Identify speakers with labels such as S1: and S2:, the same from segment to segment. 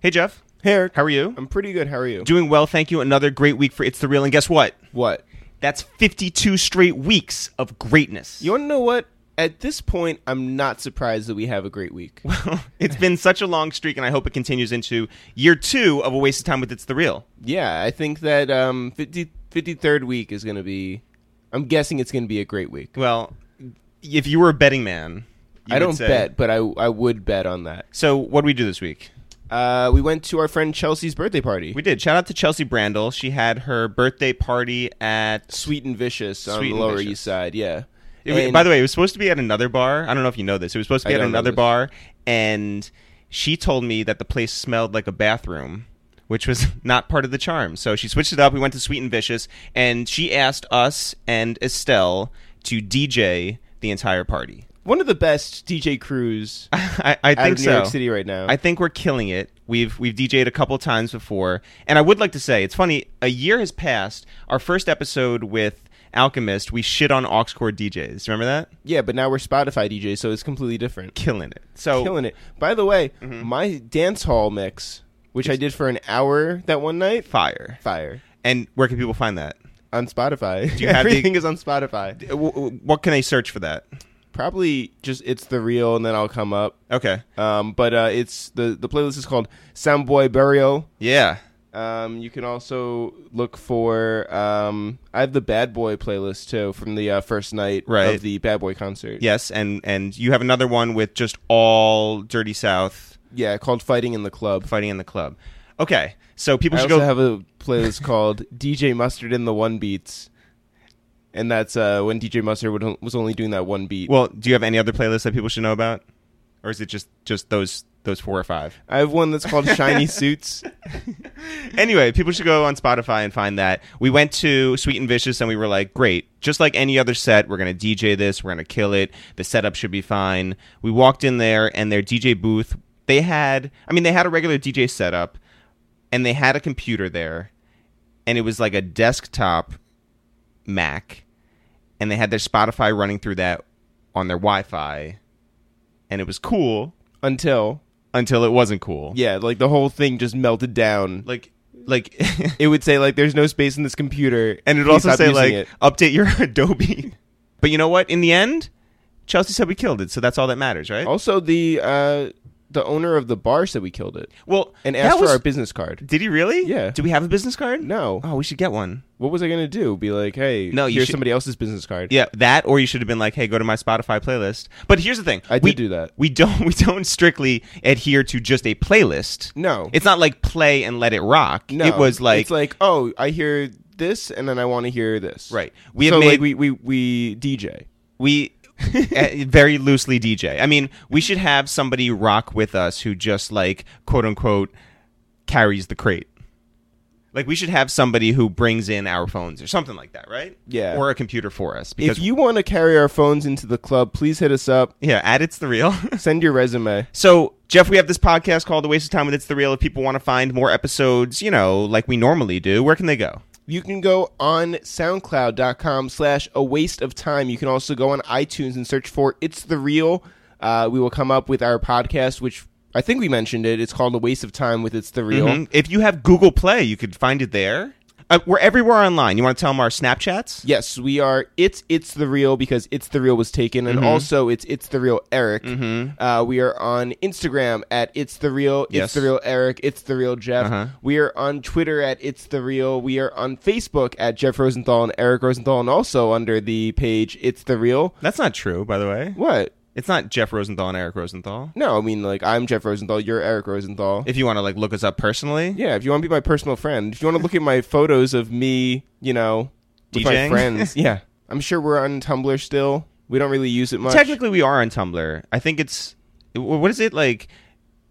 S1: Hey, Jeff.
S2: Hey, Eric.
S1: How are you?
S2: I'm pretty good. How are you?
S1: Doing well, thank you. Another great week for It's the Real. And guess what?
S2: what?
S1: That's 52 straight weeks of greatness.
S2: You want to know what? At this point, I'm not surprised that we have a great week.
S1: it's been such a long streak, and I hope it continues into year two of A Waste of Time with It's the Real.
S2: yeah, I think that um, 50, 53rd week is going to be. I'm guessing it's going to be a great week.
S1: Well, if you were a betting man, you
S2: I
S1: would
S2: don't
S1: say-
S2: bet, but I I would bet on that.
S1: So, what do we do this week?
S2: Uh, we went to our friend Chelsea's birthday party.
S1: We did. Shout out to Chelsea Brandel. She had her birthday party at.
S2: Sweet and Vicious on
S1: Sweet
S2: the
S1: and
S2: Lower
S1: Vicious.
S2: East Side. Yeah.
S1: It was-
S2: And-
S1: by the way, it was supposed to be at another bar. I don't know if you know this. It was supposed to be
S2: I
S1: at
S2: don't know
S1: another
S2: this.
S1: bar, and she told me that the place smelled like a bathroom, which was not part of the charm. So she switched it up. We went to Sweet and Vicious, and she asked us and Estelle to DJ the entire party.
S2: one of the best DJ crews
S1: I, I
S2: out
S1: think
S2: of New
S1: so.
S2: York City right now.
S1: I think we're killing it. We've we've DJ'd a couple times before, and I would like to say it's funny. A year has passed. Our first episode with Alchemist, we shit on aux chord DJs. Remember that?
S2: yeah, but now we're Spotify DJ, so it's completely different.
S1: Killing it. Mm-hmm. So
S2: killing it. By the way, my dance hall mix, which I did for an hour that one night,
S1: fire.
S2: fire
S1: And where can people find that?
S2: on Spotify.
S1: you have the-
S2: Everything is on Spotify.
S1: W- w- What can they search for that?
S2: Probably just it's the real, and then I'll come up.
S1: Okay.
S2: Um, but uh, it's the the playlist is called Soundboy Burial.
S1: Yeah.
S2: Um, you can also look for um, I have the Bad Boy playlist too from the uh, first night
S1: Right.
S2: of the Bad Boy concert.
S1: Yes, and and you have another one with just all Dirty South
S2: yeah, called Fighting in the Club.
S1: fighting in the club. Okay. So people
S2: I
S1: should
S2: also
S1: go
S2: have a playlist called DJ Mustard and the One Beats, and that's uh, when DJ Mustard would, was only doing that one beat.
S1: Well, do you have any other playlists that people should know about? Or is it just just those those four or five?
S2: I have one that's called Shiny Suits.
S1: anyway, people should go on Spotify and find that. We went to Sweet and Vicious and we were like, great, just like any other set, we're going to DJ this, we're going to kill it. The setup should be fine. We walked in there and their DJ booth, they had, I mean, they had a regular DJ setup and they had a computer there and it was like a desktop Mac and they had their Spotify running through that on their Wi Fi and it was cool
S2: Until
S1: until it wasn't cool.
S2: yeah, like the whole thing just melted down.
S1: Like, like
S2: It would say like, "There's no space in this computer,"
S1: And it would
S2: Please
S1: also
S2: stop
S1: say
S2: using
S1: like
S2: it.
S1: update your Adobe. but you know what? In the end, Chelsea said we killed it, so that's all that matters, right?
S2: Also, the uh, the owner of the bar said we killed it
S1: well,
S2: and
S1: that
S2: asked
S1: was-
S2: for our business card.
S1: Did he really?
S2: Yeah.
S1: Do we have a business card?
S2: No,
S1: Oh, we should get one.
S2: what was I gonna do? Be like, "Hey,
S1: No, you
S2: here's
S1: should-
S2: somebody else's business card."
S1: Yeah, that or you should have been like, "Hey, go to my Spotify playlist." But here's the thing:
S2: I did
S1: we,
S2: do that.
S1: We don't we don't strictly adhere to just a playlist.
S2: No,
S1: It's not like play and let it rock.
S2: No,
S1: it was like,
S2: it's like oh, I hear this, and then I want to hear this.
S1: right. We have
S2: so
S1: made
S2: like we we we DJ.
S1: we eh, very loosely DJ. I mean, we should have somebody rock with us who just like quote unquote carries the crate. Like we should have somebody who brings in our phones or something like that, right?
S2: Yeah.
S1: Or a computer for us because
S2: If you want to carry our phones into the club, please hit us up.
S1: yeah, at it's the real.
S2: Send your resume.
S1: so, Jeff, we have this podcast called The Waste of Time with It's the Real. If people want to find more episodes, you know, like we normally do, where can they go?
S2: You can go on soundcloud.com slash a waste of time. You can also go on iTunes and search for It's the Real. Uh, we will come up with our podcast, which I think we mentioned it. It's called A Waste of Time with It's the Real.
S1: Mhm. If you have Google Play, you could find it there. Uh, we're everywhere online. You want to tell them our Snapchats?
S2: Yes, we are. It's it's the real because it's the real was taken,
S1: Mm-hmm.
S2: and also it's it's the real Eric. Uh, we are on Instagram at it's the real. It's
S1: Yes.
S2: the real Eric. It's the real Jeff.
S1: Uh-huh.
S2: We are on Twitter at it's the real. We are on Facebook at Jeff Rosenthal and Eric Rosenthal, and also under the page it's the real.
S1: That's not true, by the way.
S2: What?
S1: It's not Jeff Rosenthal and Eric Rosenthal.
S2: No, I mean like I'm Jeff Rosenthal. You're Eric Rosenthal.
S1: If you want to like look us up personally,
S2: yeah, if you want to be my personal friend, if you want to look at my photos of me, you know, with my
S1: DJing?
S2: friends. yeah, I'm sure we're on Tumblr still. We don't really use it much.
S1: technically we are on Tumblr. I think it's wh- what is it like?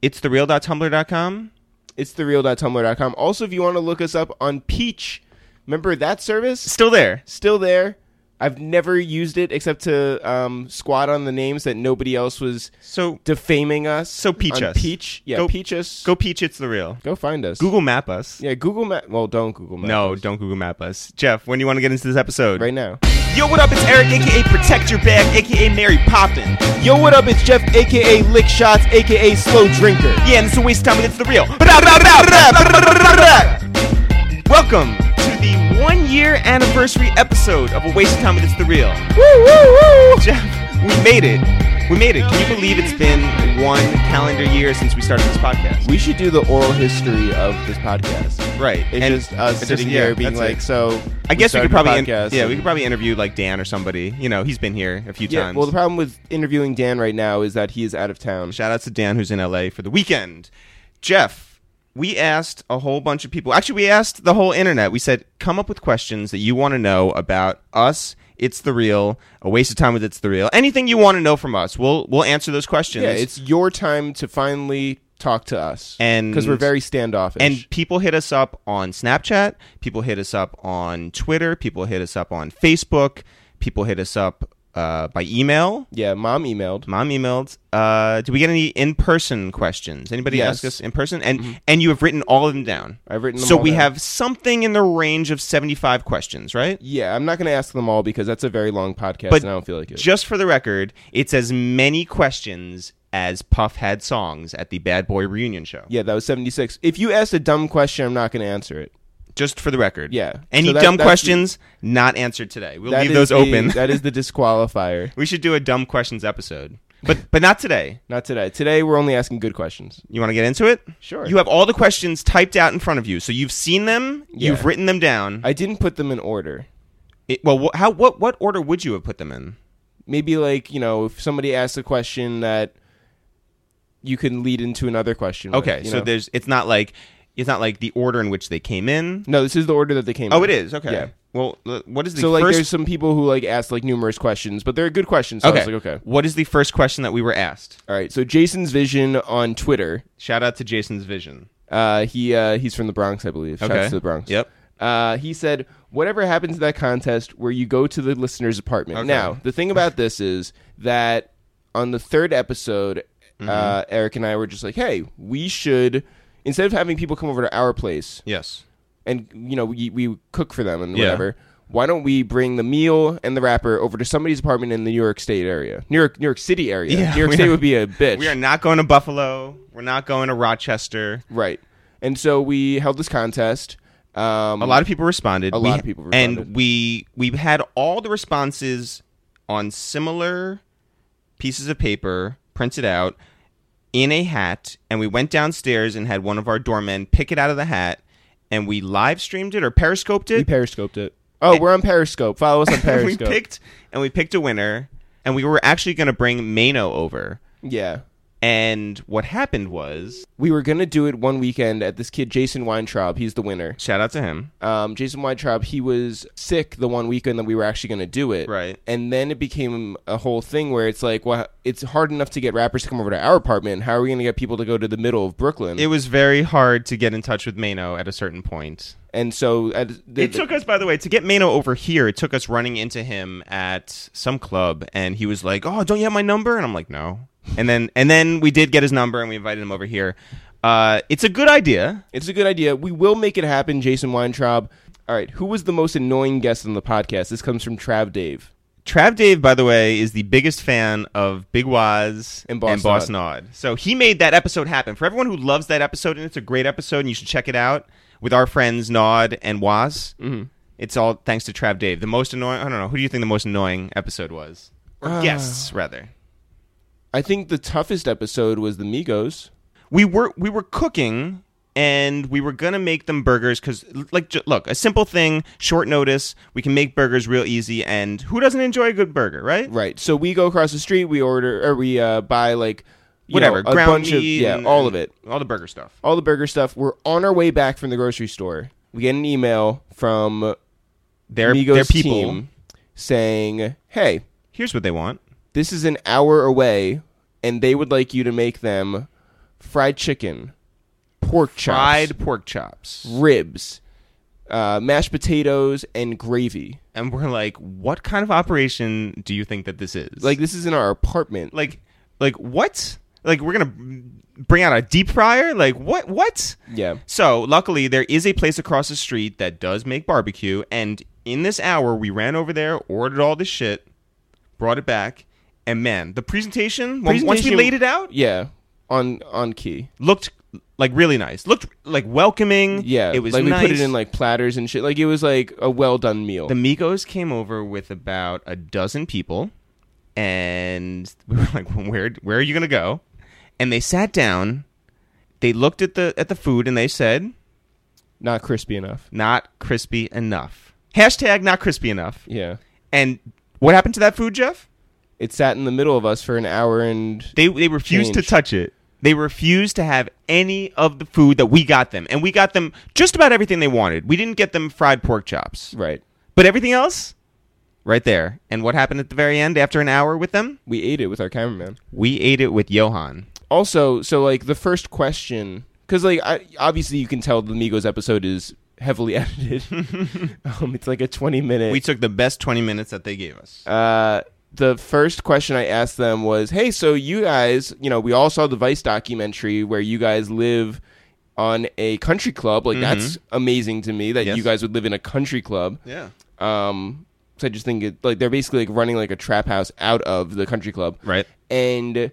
S1: It's the real.tumblr.com.
S2: it's the real.tumblr.com. Also, if you want to look us up on Peach, remember that service?
S1: Still there.
S2: Still there. I've never used it except to um, squat on the names that nobody else was
S1: So
S2: defaming us.
S1: So peach
S2: on
S1: us.
S2: Peach, yeah,
S1: Go-
S2: peach us.
S1: go peach. It's the real.
S2: Go find us.
S1: Google Map us.
S2: Yeah, Google Map. Well, don't Google Map.
S1: no,
S2: us.
S1: don't Google Map us, Jeff. When do you want to get into this episode?
S2: right now.
S1: Yo, what up? It's Eric, aka Protect Your Bag, aka Mary Poppin.
S2: Yo, what up? It's Jeff, aka Lick Shots, aka Slow Drinker.
S1: Yeah, and it's a waste of time, but it's the real. Welcome to the one year anniversary episode of A Waste of Time, but it's the real.
S2: Woo, woo, woo!
S1: Jeff, we made it. We made it. Can you believe it's been one calendar year since we started this podcast?
S2: We should do the oral history of this podcast.
S1: Right.
S2: It's
S1: and
S2: just us
S1: it's
S2: sitting
S1: yeah,
S2: here being
S1: that's
S2: like,
S1: it.
S2: so.
S1: I guess we
S2: started
S1: could
S2: the
S1: probably, in-
S2: podcast
S1: yeah,
S2: and-
S1: we could probably interview like Dan or somebody. You know, he's been here a few
S2: Yeah,
S1: times.
S2: well, the problem with interviewing Dan right now is that he is out of town.
S1: Shout out to Dan who's in LA for the weekend. Jeff, we asked a whole bunch of people. Actually, we asked the whole internet. We said, come up with questions that you want to know about us. It's the real. A waste of time with it's the real. Anything you want to know from us, we'll we'll answer those questions.
S2: Yeah, it's your time to finally talk to us.
S1: And-
S2: Because we're very standoffish.
S1: and people hit us up on Snapchat. People hit us up on Twitter. People hit us up on Facebook. People hit us up uh, by email.
S2: yeah, mom emailed.
S1: Mom emailed. Uh, do we get any in-person questions? Anybody
S2: Yes.
S1: ask
S2: Mm-hmm.
S1: us in person? And and you have written all of them down.
S2: I've written them
S1: So
S2: all
S1: we
S2: down.
S1: have something in the range of seventy-five questions, right?
S2: Yeah, I'm not going to ask them all because that's a very long podcast
S1: But
S2: and I don't feel like it.
S1: Just for the record, it's as many questions as Puff had songs at the Bad Boy reunion show.
S2: yeah, that was 76. If you asked a dumb question, I'm not going to answer it.
S1: Just for the record.
S2: Yeah.
S1: Any
S2: So that-
S1: dumb
S2: that's the-
S1: questions not answered today. We'll
S2: That
S1: leave
S2: is
S1: those
S2: the-
S1: open.
S2: that is the disqualifier.
S1: we should do a dumb questions episode. But but not today.
S2: Not today. Today, we're only asking good questions.
S1: You want to get into it?
S2: Sure.
S1: You have all the questions typed out in front of you. So you've seen them, you've
S2: Yeah.
S1: written them down.
S2: I didn't put them in order.
S1: It, well, wh- how what what order would you have put them in?
S2: Maybe, like, you know, if somebody asks a question that you can lead into another question. with,
S1: Okay,
S2: you
S1: so
S2: know?
S1: there's it's not like it's not like the order in which they came in.
S2: No, this is the order that they came
S1: Oh,
S2: in.
S1: it is okay.
S2: Yeah.
S1: Well, l- what is the
S2: So like
S1: first?
S2: there's some people who like ask like numerous questions, but they're good questions. So I
S1: okay,
S2: was like, okay.
S1: What is the first question that we were asked?
S2: All right. So Jason's vision on Twitter.
S1: Shout out to Jason's Vision.
S2: Uh he uh he's from the Bronx, I believe. Shouts
S1: Okay.
S2: to the Bronx.
S1: Yep.
S2: Uh he said, Whatever happened to that contest where you go to the listener's apartment. Now, the thing about this is that on the third episode,
S1: Mm-hmm.
S2: uh Eric and I were just like, Hey, we should instead of having people come over to our place,
S1: Yes.
S2: and you know we, we cook for them and
S1: Yeah.
S2: whatever. Why don't we bring the meal and the wrapper over to somebody's apartment in the New York State area, New York New York City area?
S1: Yeah,
S2: New York
S1: we
S2: State
S1: are-
S2: would be a bitch,
S1: We are not going to Buffalo. We're not going to Rochester.
S2: right? And so we held this contest. Um,
S1: A lot of people responded.
S2: A
S1: We-
S2: lot of people
S1: And
S2: responded.
S1: we we had all the responses on similar pieces of paper printed out in a hat, and we went downstairs and had one of our doormen pick it out of the hat, and we live streamed it or periscoped
S2: we
S1: it.
S2: periscoped it. Oh, we're on Periscope. Follow us on
S1: we
S2: Periscope.
S1: picked and we picked a winner, and we were actually going to bring Mano over.
S2: yeah,
S1: And what happened was,
S2: we were gonna do it one weekend at this kid Jason Weintraub. He's the winner.
S1: shout out to him.
S2: um, Jason Weintraub, he was sick the one weekend that we were actually going to do it.
S1: Right.
S2: And then it became a whole thing where it's like, well, it's hard enough to get rappers to come over to our apartment. How are we going to get people to go to the middle of Brooklyn?
S1: It was very hard to get in touch with Mano at a certain point.
S2: and so at, the,
S1: It took us, by the way, to get Mano over here. It took us running into him at some club, and he was like, "Oh, don't you have my number?" And I'm like, "No." And then, and then we did get his number, and we invited him over here. Uh, it's a good idea.
S2: it's a good idea. We will make it happen, Jason Weintraub. All right. Who was the most annoying guest on the podcast? This comes from Trav Dave.
S1: Trav Dave, by the way, is the biggest fan of Big Waz
S2: And Boss
S1: Nod. So he made that episode happen. For everyone who loves that episode, and it's a great episode, and you should check it out with our friends Nod and Waz. Mm-hmm. It's all thanks to Trav Dave. The most annoying, I don't know, who do you think the most annoying episode was? Or guests, rather.
S2: I think the toughest episode was the Migos.
S1: we were we were cooking and we were gonna make them burgers because like j- look a simple thing short notice we can make burgers real easy and who doesn't enjoy a good burger right
S2: Right. So we go across the street. We order or we uh, buy like you
S1: whatever
S2: know, a
S1: ground
S2: bunch
S1: meat
S2: of yeah,
S1: and-
S2: all of it.
S1: all the burger stuff
S2: all the burger stuff. We're on our way back from the grocery store. We get an email from
S1: their
S2: Migos
S1: their people
S2: team saying, "Hey,
S1: here's what they want
S2: this is an hour away, and they would like you to make them fried chicken, pork chops,
S1: fried pork chops
S2: ribs, uh, mashed potatoes, and gravy.
S1: and we're like what kind of operation do you think that this is
S2: Like this is in our apartment.
S1: like like what like we're gonna bring out a deep fryer like what what
S2: yeah,
S1: So, luckily, there is a place across the street that does make barbecue, and in this hour, we ran over there, ordered all this shit, brought it back, and man, the presentation, on- once we
S2: Presentation-
S1: laid it out,
S2: Yeah, on on key.
S1: looked like really nice. Looked like welcoming.
S2: Yeah,
S1: it was
S2: like
S1: nice.
S2: we put it in like platters and shit. Like it was like a well done meal.
S1: the Migos came over with about a dozen people, and we were like, well, "Where where are you gonna go?" And they sat down. They looked at the at the food and they said,
S2: Not crispy enough.
S1: "Not crispy enough." Hashtag not crispy enough.
S2: Yeah,
S1: And what happened to that food, Jeff?
S2: it sat in the middle of us for an hour and
S1: They they refused
S2: Change.
S1: to touch it. They refused to have any of the food that we got them, and we got them just about everything they wanted. We didn't get them fried pork chops,
S2: right.
S1: but everything else, right there. And what happened at the very end after an hour with them?
S2: We ate it with our cameraman.
S1: We ate it with Johan.
S2: Also, so like the first question, because like I, obviously you can tell the Migos episode is heavily edited. um, it's like a twenty minute.
S1: We took the best 20 minutes that they gave us.
S2: Uh, the first question I asked them was, "Hey, so you guys, you know, we all saw the Vice documentary where you guys live on a country club. Like that's amazing to me that
S1: Mm-hmm. Yes.
S2: you guys would live in a country club.
S1: Yeah.
S2: Um, so I just think it, like they're basically like running like a trap house out of the country club,
S1: Right.
S2: and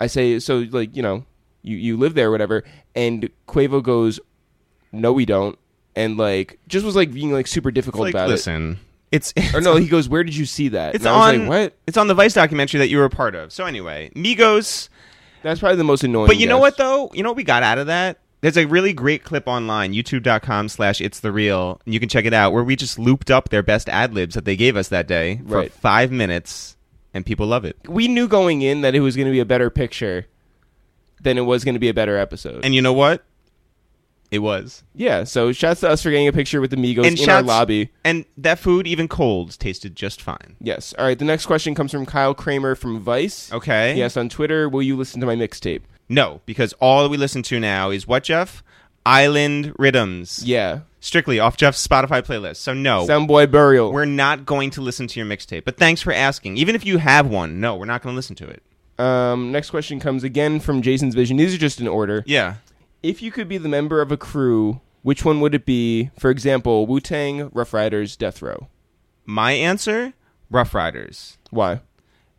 S2: I say, so like you know, you you live there, or whatever. And Quavo goes, "No, we don't," and like just was like being like super difficult
S1: Like,
S2: about it.
S1: listen, it's
S2: Or no, he goes, "Where did you see that?"
S1: it's
S2: And I was
S1: on
S2: like, what?
S1: It's on the Vice documentary that you were a part of. So anyway, Migos.
S2: That's probably the most annoying.
S1: But you know
S2: guess.
S1: what though? You know what we got out of that? There's a really great clip online, youtube.com slash it's the real, and you can check it out, where we just looped up their best ad libs that they gave us that day
S2: Right.
S1: for five minutes, and people love it.
S2: We knew going in that it was going to be a better picture than it was going to be a better episode.
S1: And you know what? It was.
S2: yeah, so shouts to us for getting a picture with the Migos
S1: And
S2: in our
S1: shouts-
S2: lobby.
S1: And that food, even cold, tasted just fine.
S2: Yes. All right. The next question comes from Kyle Kramer from Vice.
S1: Okay.
S2: Yes, on Twitter, will you listen to my mixtape?
S1: No, because all we listen to now is what Jeff Island Rhythms,
S2: Yeah.
S1: strictly off Jeff's Spotify playlist. So no,
S2: Soundboy Burial.
S1: we're not going to listen to your mixtape. But thanks for asking. Even if you have one, no, we're not going to listen to it.
S2: Um, next question comes again from Jason's Vision. These are just in order.
S1: Yeah,
S2: If you could be the member of a crew, which one would it be? For example, Wu Tang, Rough Riders, Death Row.
S1: my answer: Rough Riders.
S2: Why?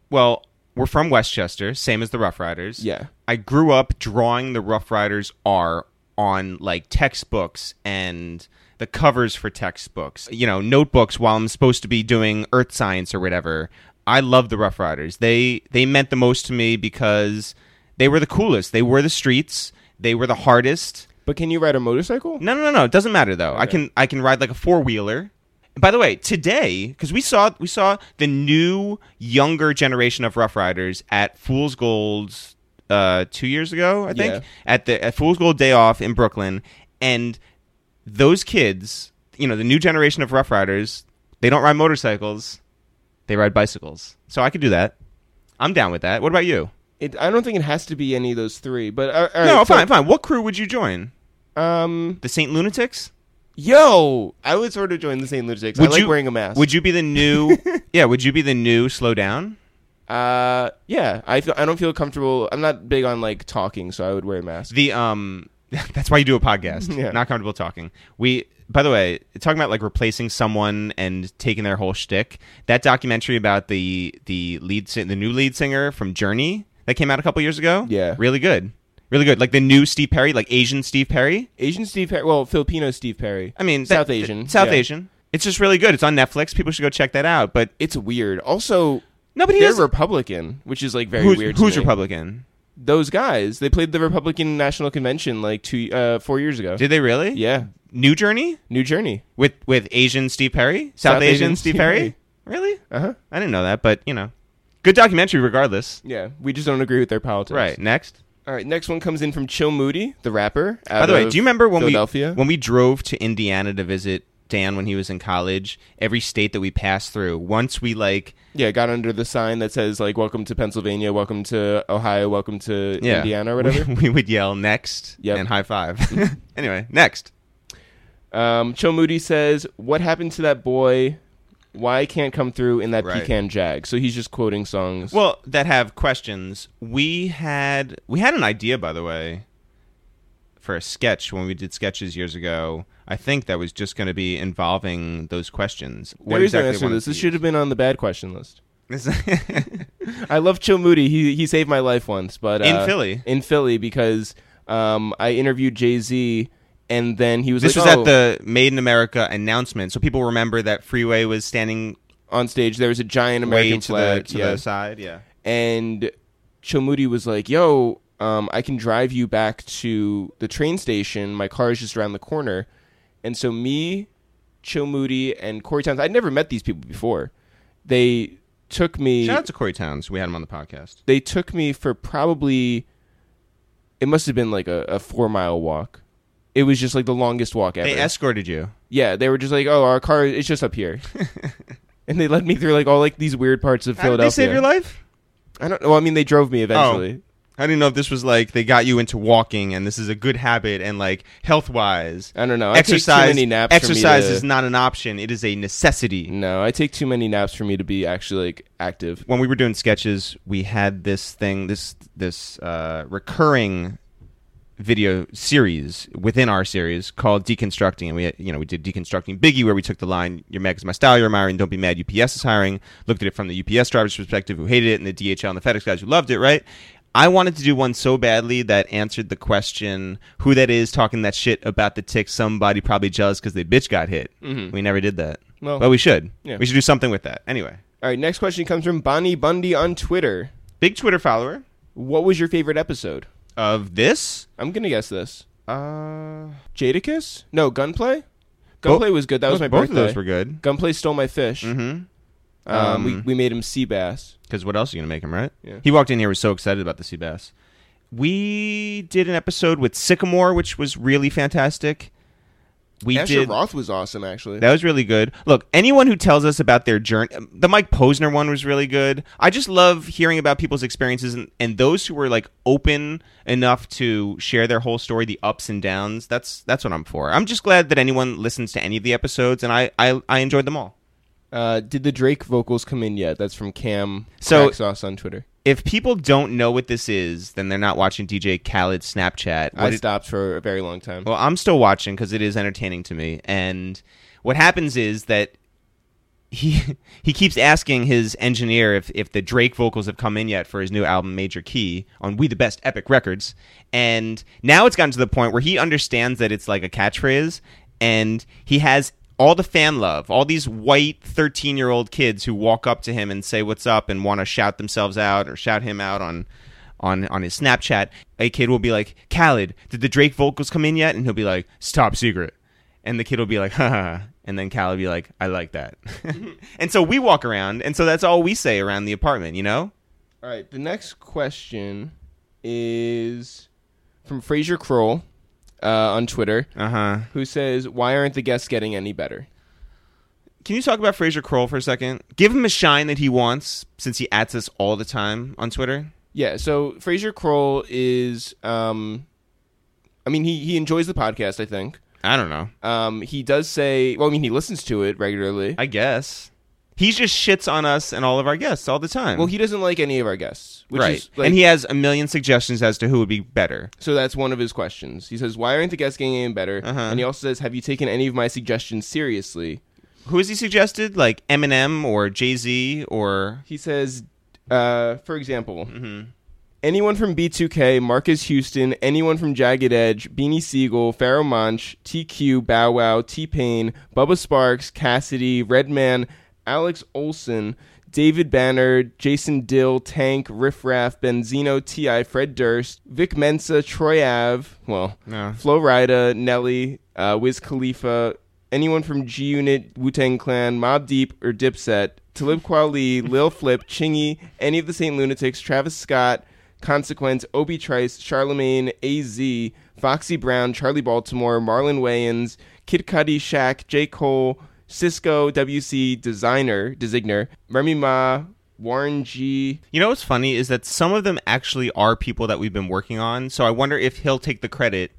S1: Well, we're from Westchester, same as the Rough Riders.
S2: Yeah.
S1: I grew up drawing the Rough Riders are on like textbooks and the covers for textbooks, you know, notebooks while I'm supposed to be doing earth science or whatever. I love the Rough Riders. They they meant the most to me because they were the coolest. They were the streets. They were the hardest.
S2: But can you ride a motorcycle?
S1: No, no, no, no. It doesn't matter though. I
S2: Okay.
S1: can I can ride like a four wheeler. By the way, today because we saw we saw the new younger generation of Rough Riders at Fool's Gold's uh, two years ago, I think,
S2: Yeah.
S1: at the at Fool's Gold Day Off in Brooklyn, and those kids, you know, the new generation of Rough Riders, they don't ride motorcycles, they ride bicycles. So I could do that. I'm down with that. What about you?
S2: It, I don't think it has to be any of those three. But uh, all
S1: no,
S2: right, so-
S1: fine, fine. What crew would you join?
S2: Um,
S1: The Saint Lunatics?
S2: yo, I would sort of join the St. Lunatics. I
S1: Would
S2: like
S1: you-
S2: wearing a mask.
S1: Would you be the new? yeah, would you be the new slow down?
S2: Uh, yeah. I feel, I don't feel comfortable. I'm not big on like talking, so I would wear a mask.
S1: The um, that's why you do a podcast.
S2: Yeah.
S1: Not comfortable talking. We, by the way, talking about like replacing someone and taking their whole shtick. That documentary about the the lead sing- the new lead singer from Journey that came out a couple years ago.
S2: Yeah.
S1: really good, really good. Like the new Steve Perry, like Asian Steve Perry.
S2: Asian Steve Perry. Well, Filipino Steve Perry.
S1: I mean,
S2: South
S1: that-
S2: Asian,
S1: South
S2: yeah.
S1: Asian. It's just really good. It's on Netflix. People should go check that out. But
S2: It's weird. Also,
S1: no, but he
S2: they're
S1: doesn't-
S2: Republican, which is like very
S1: who's,
S2: weird. to
S1: who's
S2: me.
S1: Republican?
S2: Those guys. They played the Republican National Convention like two, uh, four years ago.
S1: Did they really?
S2: yeah.
S1: New Journey.
S2: New Journey.
S1: with with Asian Steve Perry, South,
S2: South
S1: Asian,
S2: Asian
S1: Steve
S2: Steve
S1: Perry.
S2: Perry.
S1: Really?
S2: Uh huh.
S1: I didn't know that, but you know, good documentary regardless.
S2: Yeah. We just don't agree with their politics.
S1: Right. Next.
S2: All right. Next one comes in from Chill Moody, the rapper.
S1: By the way, do you remember when we
S2: Philadelphia?
S1: when we drove to Indiana to visit Dan when he was in college? Every state that we passed through, once we like,
S2: Yeah, got under the sign that says like "Welcome to Pennsylvania," "Welcome to Ohio," "Welcome to
S1: yeah,
S2: Indiana," or whatever.
S1: we, we would yell next
S2: Yep.
S1: and high five. anyway, next.
S2: Um, Cho Moody says, "What happened to that boy? Why can't come through in that
S1: Right.
S2: pecan jag?" So he's just quoting songs.
S1: Well, that have questions. We had we had an idea, by the way, for a sketch when we did sketches years ago. I think that was just going to be involving those questions.
S2: There is no answer to
S1: wanted
S2: this.
S1: to
S2: This should have been on the bad question list.
S1: use.
S2: I love Chill Moody. He he saved my life once, but uh,
S1: In Philly?
S2: in Philly, because um, I interviewed Jay Z, and then he was
S1: this
S2: like,
S1: was
S2: "Oh,"
S1: at the Made in America announcement, so people remember that Freeway was standing
S2: on stage. There was a giant American
S1: way to
S2: flag,
S1: the to
S2: yeah.
S1: the side. Yeah,
S2: and Chill Moody was like, "Yo, um, I can drive you back to the train station. My car is just around the corner." And so me, Chill Moody, and Corey Towns. I'd never met these people before. They took me.
S1: shout out to Corey Towns. We had him on the podcast.
S2: they took me for probably it must have been like a, a four mile walk it was just like the longest walk ever
S1: They escorted you.
S2: yeah they were just like oh our car it's just up here and they led me through like all like these weird parts of
S1: How did
S2: philadelphia
S1: they save your life? Oh.
S2: i don't well i mean they drove me eventually
S1: I didn't know if this was like they got you into walking, and this is a good habit, and like health wise,
S2: i don't know I
S1: exercise.
S2: take too many naps
S1: exercise
S2: for me to,
S1: is not an option; it is a necessity.
S2: no i take too many naps for me to be actually like active
S1: when we were doing sketches, we had this thing, this this uh, recurring video series within our series called deconstructing and we had, you know we did deconstructing biggie where we took the line your mag is my style you're hiring don't be mad ups is hiring looked at it from the ups driver's perspective who hated it and the dhl and the fedex guys who loved it right i wanted to do one so badly that answered the question who that is talking that shit about the tick somebody probably jealous because they bitch got hit we never did that
S2: Well,
S1: but we should
S2: Oh. yeah.
S1: we should do something with that anyway
S2: all right next question comes from bonnie bundy on twitter
S1: big twitter follower
S2: what was your favorite episode
S1: of this.
S2: i'm gonna guess this
S1: Uh,
S2: Jadakiss? No, Gunplay. Gunplay was good. That was my
S1: both
S2: birthday.
S1: of those were good.
S2: Gunplay stole my fish.
S1: Mm-hmm.
S2: Um, we we made him sea bass.
S1: Because what else are you gonna make him, right?
S2: Yeah.
S1: He walked in here was so excited about the sea bass. We did an episode with Sycamore, which was really fantastic. We
S2: Asher
S1: did
S2: Roth was awesome, actually.
S1: that was really good. Look, anyone who tells us about their journey, the Mike Posner one was really good. I just love hearing about people's experiences and, and those who were like open enough to share their whole story, the ups and downs. That's that's what I'm for. I'm just glad that anyone listens to any of the episodes, and I I, I enjoyed them all.
S2: uh, did the Drake vocals come in yet? That's from Cam
S1: So-
S2: Crack Sauce on Twitter.
S1: if people don't know what this is, then they're not watching DJ Khaled Snapchat. What
S2: I
S1: it-
S2: stopped for a very long time.
S1: well, I'm still watching because it is entertaining to me. And what happens is that he he keeps asking his engineer if, if the Drake vocals have come in yet for his new album Major Key on We the Best Epic Records. And now it's gotten to the point where he understands that it's like a catchphrase and he has all the fan love, all these white 13 year old kids who walk up to him and say what's up and want to shout themselves out or shout him out on on on his Snapchat. A kid will be like, Khaled, did the Drake vocals come in yet? And he'll be like, It's top secret. And the kid will be like, haha. And then Cal will be like, I like that. and so we walk around. And so that's all we say around the apartment, you know?
S2: All right, the next question is from Fraser Kroll uh, on Twitter,
S1: Uh huh.
S2: who says, "Why aren't the guests getting any better?"
S1: Can you talk about Fraser Kroll for a second? Give him a shine that he wants since he ats us all the time on Twitter.
S2: Yeah, so Fraser Kroll is, um, I mean, he he enjoys the podcast. I think.
S1: I don't know.
S2: Um, he does say, well, I mean, he listens to it regularly.
S1: I guess. He just shits on us and all of our guests all the time.
S2: well, he doesn't like any of our guests, which
S1: right.
S2: is like,
S1: and he has a million suggestions as to who would be better.
S2: so that's one of his questions. He says, "Why aren't the guests getting any better?"
S1: Uh-huh.
S2: And he also says, "Have you taken any of my suggestions seriously?"
S1: Who has he suggested? Like Eminem or Jay Z or.
S2: He says, uh, for example, anyone from B2K, Marcus Houston, anyone from Jagged Edge, Beanie Siegel, Pharaoh Monch, TQ, Bow Wow, T Pain, Bubba Sparks, Cassidy, Redman, Alex Olson, David Banner, Jason Dill, Tank, Riff Raff, Benzino, T.I., Fred Durst, Vic Mensa, Troy Ave, well,
S1: No.
S2: Flo Rida, Nelly, uh, Wiz Khalifa, anyone from G Unit, Wu Tang Clan, Mob Deep, or Dipset, Talib Kweli, Lil Flip, Chingy, any of the Saint Lunatics, Travis Scott, Consequence, Obi Trice, Charlemagne, AZ, Foxy Brown, Charlie Baltimore, Marlon Wayans, Kid Cudi, Shaq, J. Cole, Cisco, WC, Designer, Designer, Remy Ma, Warren G.
S1: You know what's funny is that some of them actually are people that we've been working on. So I wonder if he'll take the credit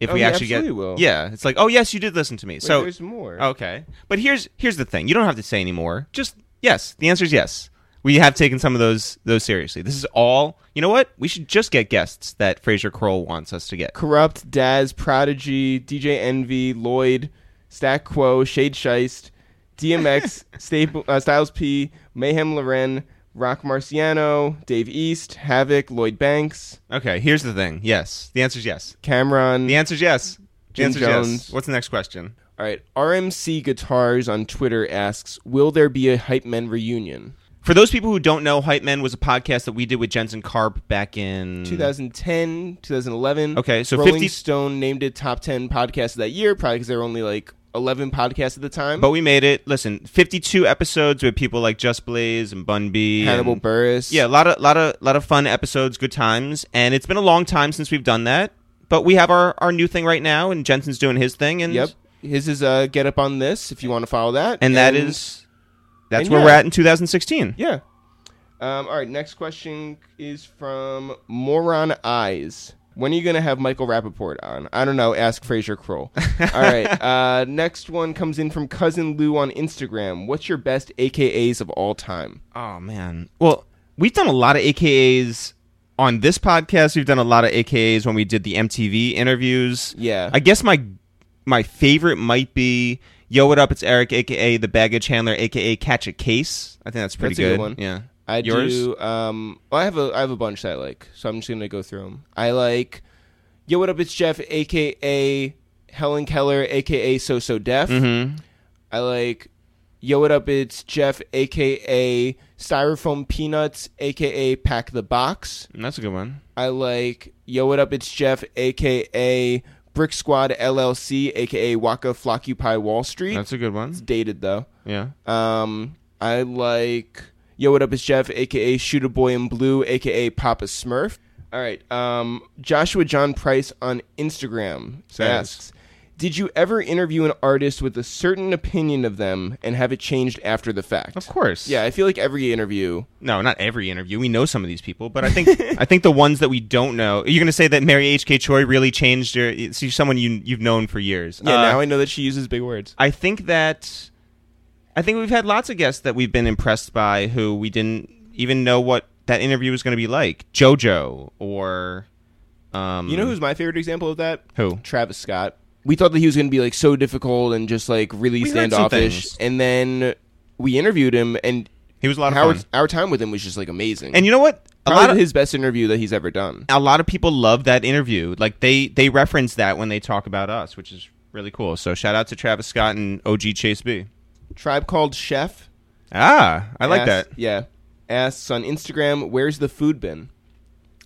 S1: if
S2: Oh,
S1: we
S2: he
S1: actually get.
S2: absolutely will.
S1: Yeah, it's like, oh yes, you did listen to me.
S2: Wait,
S1: so oh,
S2: there's more.
S1: okay, but here's here's the thing. You don't have to say anymore. Just yes. The answer is yes. we have taken some of those those seriously. This is all. You know what? We should just get guests that Fraser Kroll wants us to get.
S2: Corrupt, Daz, Prodigy, DJ Envy, Lloyd, Stack Quo, Shade Scheist, DMX, Staple, uh, Styles P, Mayhem Loren, Rock Marciano, Dave East, Havoc, Lloyd Banks,
S1: Okay, here's the thing. Yes, the answer's yes.
S2: Cameron.
S1: The answer's yes. The
S2: Jim
S1: answer's yes.
S2: Jones.
S1: What's the next question?
S2: All right. RMC Guitars on Twitter asks Will there be a Hype Men reunion?
S1: For those people who don't know, Hype Men was a podcast that we did with Jensen Karp back in
S2: 2010, 2011.
S1: Mm. Okay, so
S2: Rolling
S1: 50
S2: Stone named it top 10 podcasts of that year, probably because there were only like 11 podcasts at the time.
S1: But we made it. Listen, 52 episodes with people like Just Blaze and Bun B.
S2: Hannibal
S1: and,
S2: Burris.
S1: Yeah, a lot of lot of lot of fun episodes, good times, and it's been a long time since we've done that. But we have our our new thing right now, and Jensen's doing his thing, and
S2: Yep. His is uh, Get Up on This, if you want to follow that.
S1: and that is that's
S2: and
S1: where
S2: yeah.
S1: we're at in 2016.
S2: Yeah. Um, all right. Next question is from Moron Eyes. When are you going to have Michael Rappaport on? I don't know. Ask Fraser Kroll. All right. Uh, next one comes in from Cousin Lou on Instagram. What's your best AKAs of all time?
S1: Oh man. Well, we've done a lot of AKAs on this podcast. We've done a lot of AKAs when we did the MTV interviews.
S2: Yeah.
S1: I guess my my favorite might be Yo What Up, it's Eric, aka the baggage handler, aka Catch a Case. I think that's pretty
S2: That's a good one.
S1: Yeah.
S2: I
S1: Yours?
S2: do. Um, well, I have a I have a bunch that I like, so I'm just gonna go through them. I like, yo, what up? It's Jeff, aka Helen Keller, aka So So Deaf.
S1: Mm-hmm.
S2: I like, yo, what up? It's Jeff, aka Styrofoam Peanuts, aka Pack the Box.
S1: That's a good one.
S2: I like, yo, what up? It's Jeff, aka Brick Squad LLC, aka Waka Flockupy Wall Street.
S1: That's a good one.
S2: it's dated though.
S1: Yeah.
S2: Um, I like Yo What Up It's Jeff, aka Shoot a Boy in Blue, aka Papa Smurf. All right, um, Joshua John Price on Instagram
S1: Says.
S2: asks, "Did you ever interview an artist with a certain opinion of them and have it changed after the fact?"
S1: Of course.
S2: Yeah, I feel like every interview.
S1: No, not every interview. We know some of these people, but I think I think the ones that we don't know. You're going to say that Mary H. K. Choi really changed your. She's someone you you've known for years.
S2: Yeah,
S1: Uh,
S2: now I know that she uses big words.
S1: I think that I think we've had lots of guests that we've been impressed by who we didn't even know what that interview was going to be like. JoJo or um,
S2: You know who's my favorite example of that?
S1: who?
S2: Travis Scott. Hmm. We thought that he was going to be like so difficult and just like really
S1: We learned some
S2: standoffish,
S1: things.
S2: and then we interviewed him, and
S1: He was a lot of
S2: our
S1: fun.
S2: our time with him was just like amazing.
S1: And you know what? A
S2: Probably
S1: lot of
S2: his best interview that he's ever done.
S1: a lot of people love that interview. Like they they reference that when they talk about us, which is really cool. So shout out to Travis Scott and OG Chase B.
S2: Tribe called Chef.
S1: Ah, I like that.
S2: asks- Yeah. Asks on Instagram, where's the food been?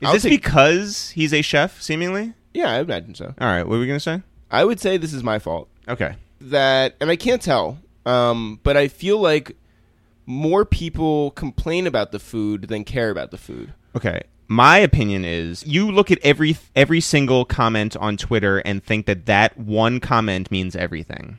S1: Is
S2: I'll
S1: this
S2: take-
S1: because he's a chef, seemingly?
S2: Yeah, I imagine so.
S1: All right, what were we gonna say?
S2: I would say this is my fault.
S1: Okay,
S2: That, and I can't tell, um, but I feel like more people complain about the food than care about the food.
S1: Okay. My opinion is you look at every every single comment on Twitter and think that that one comment means everything.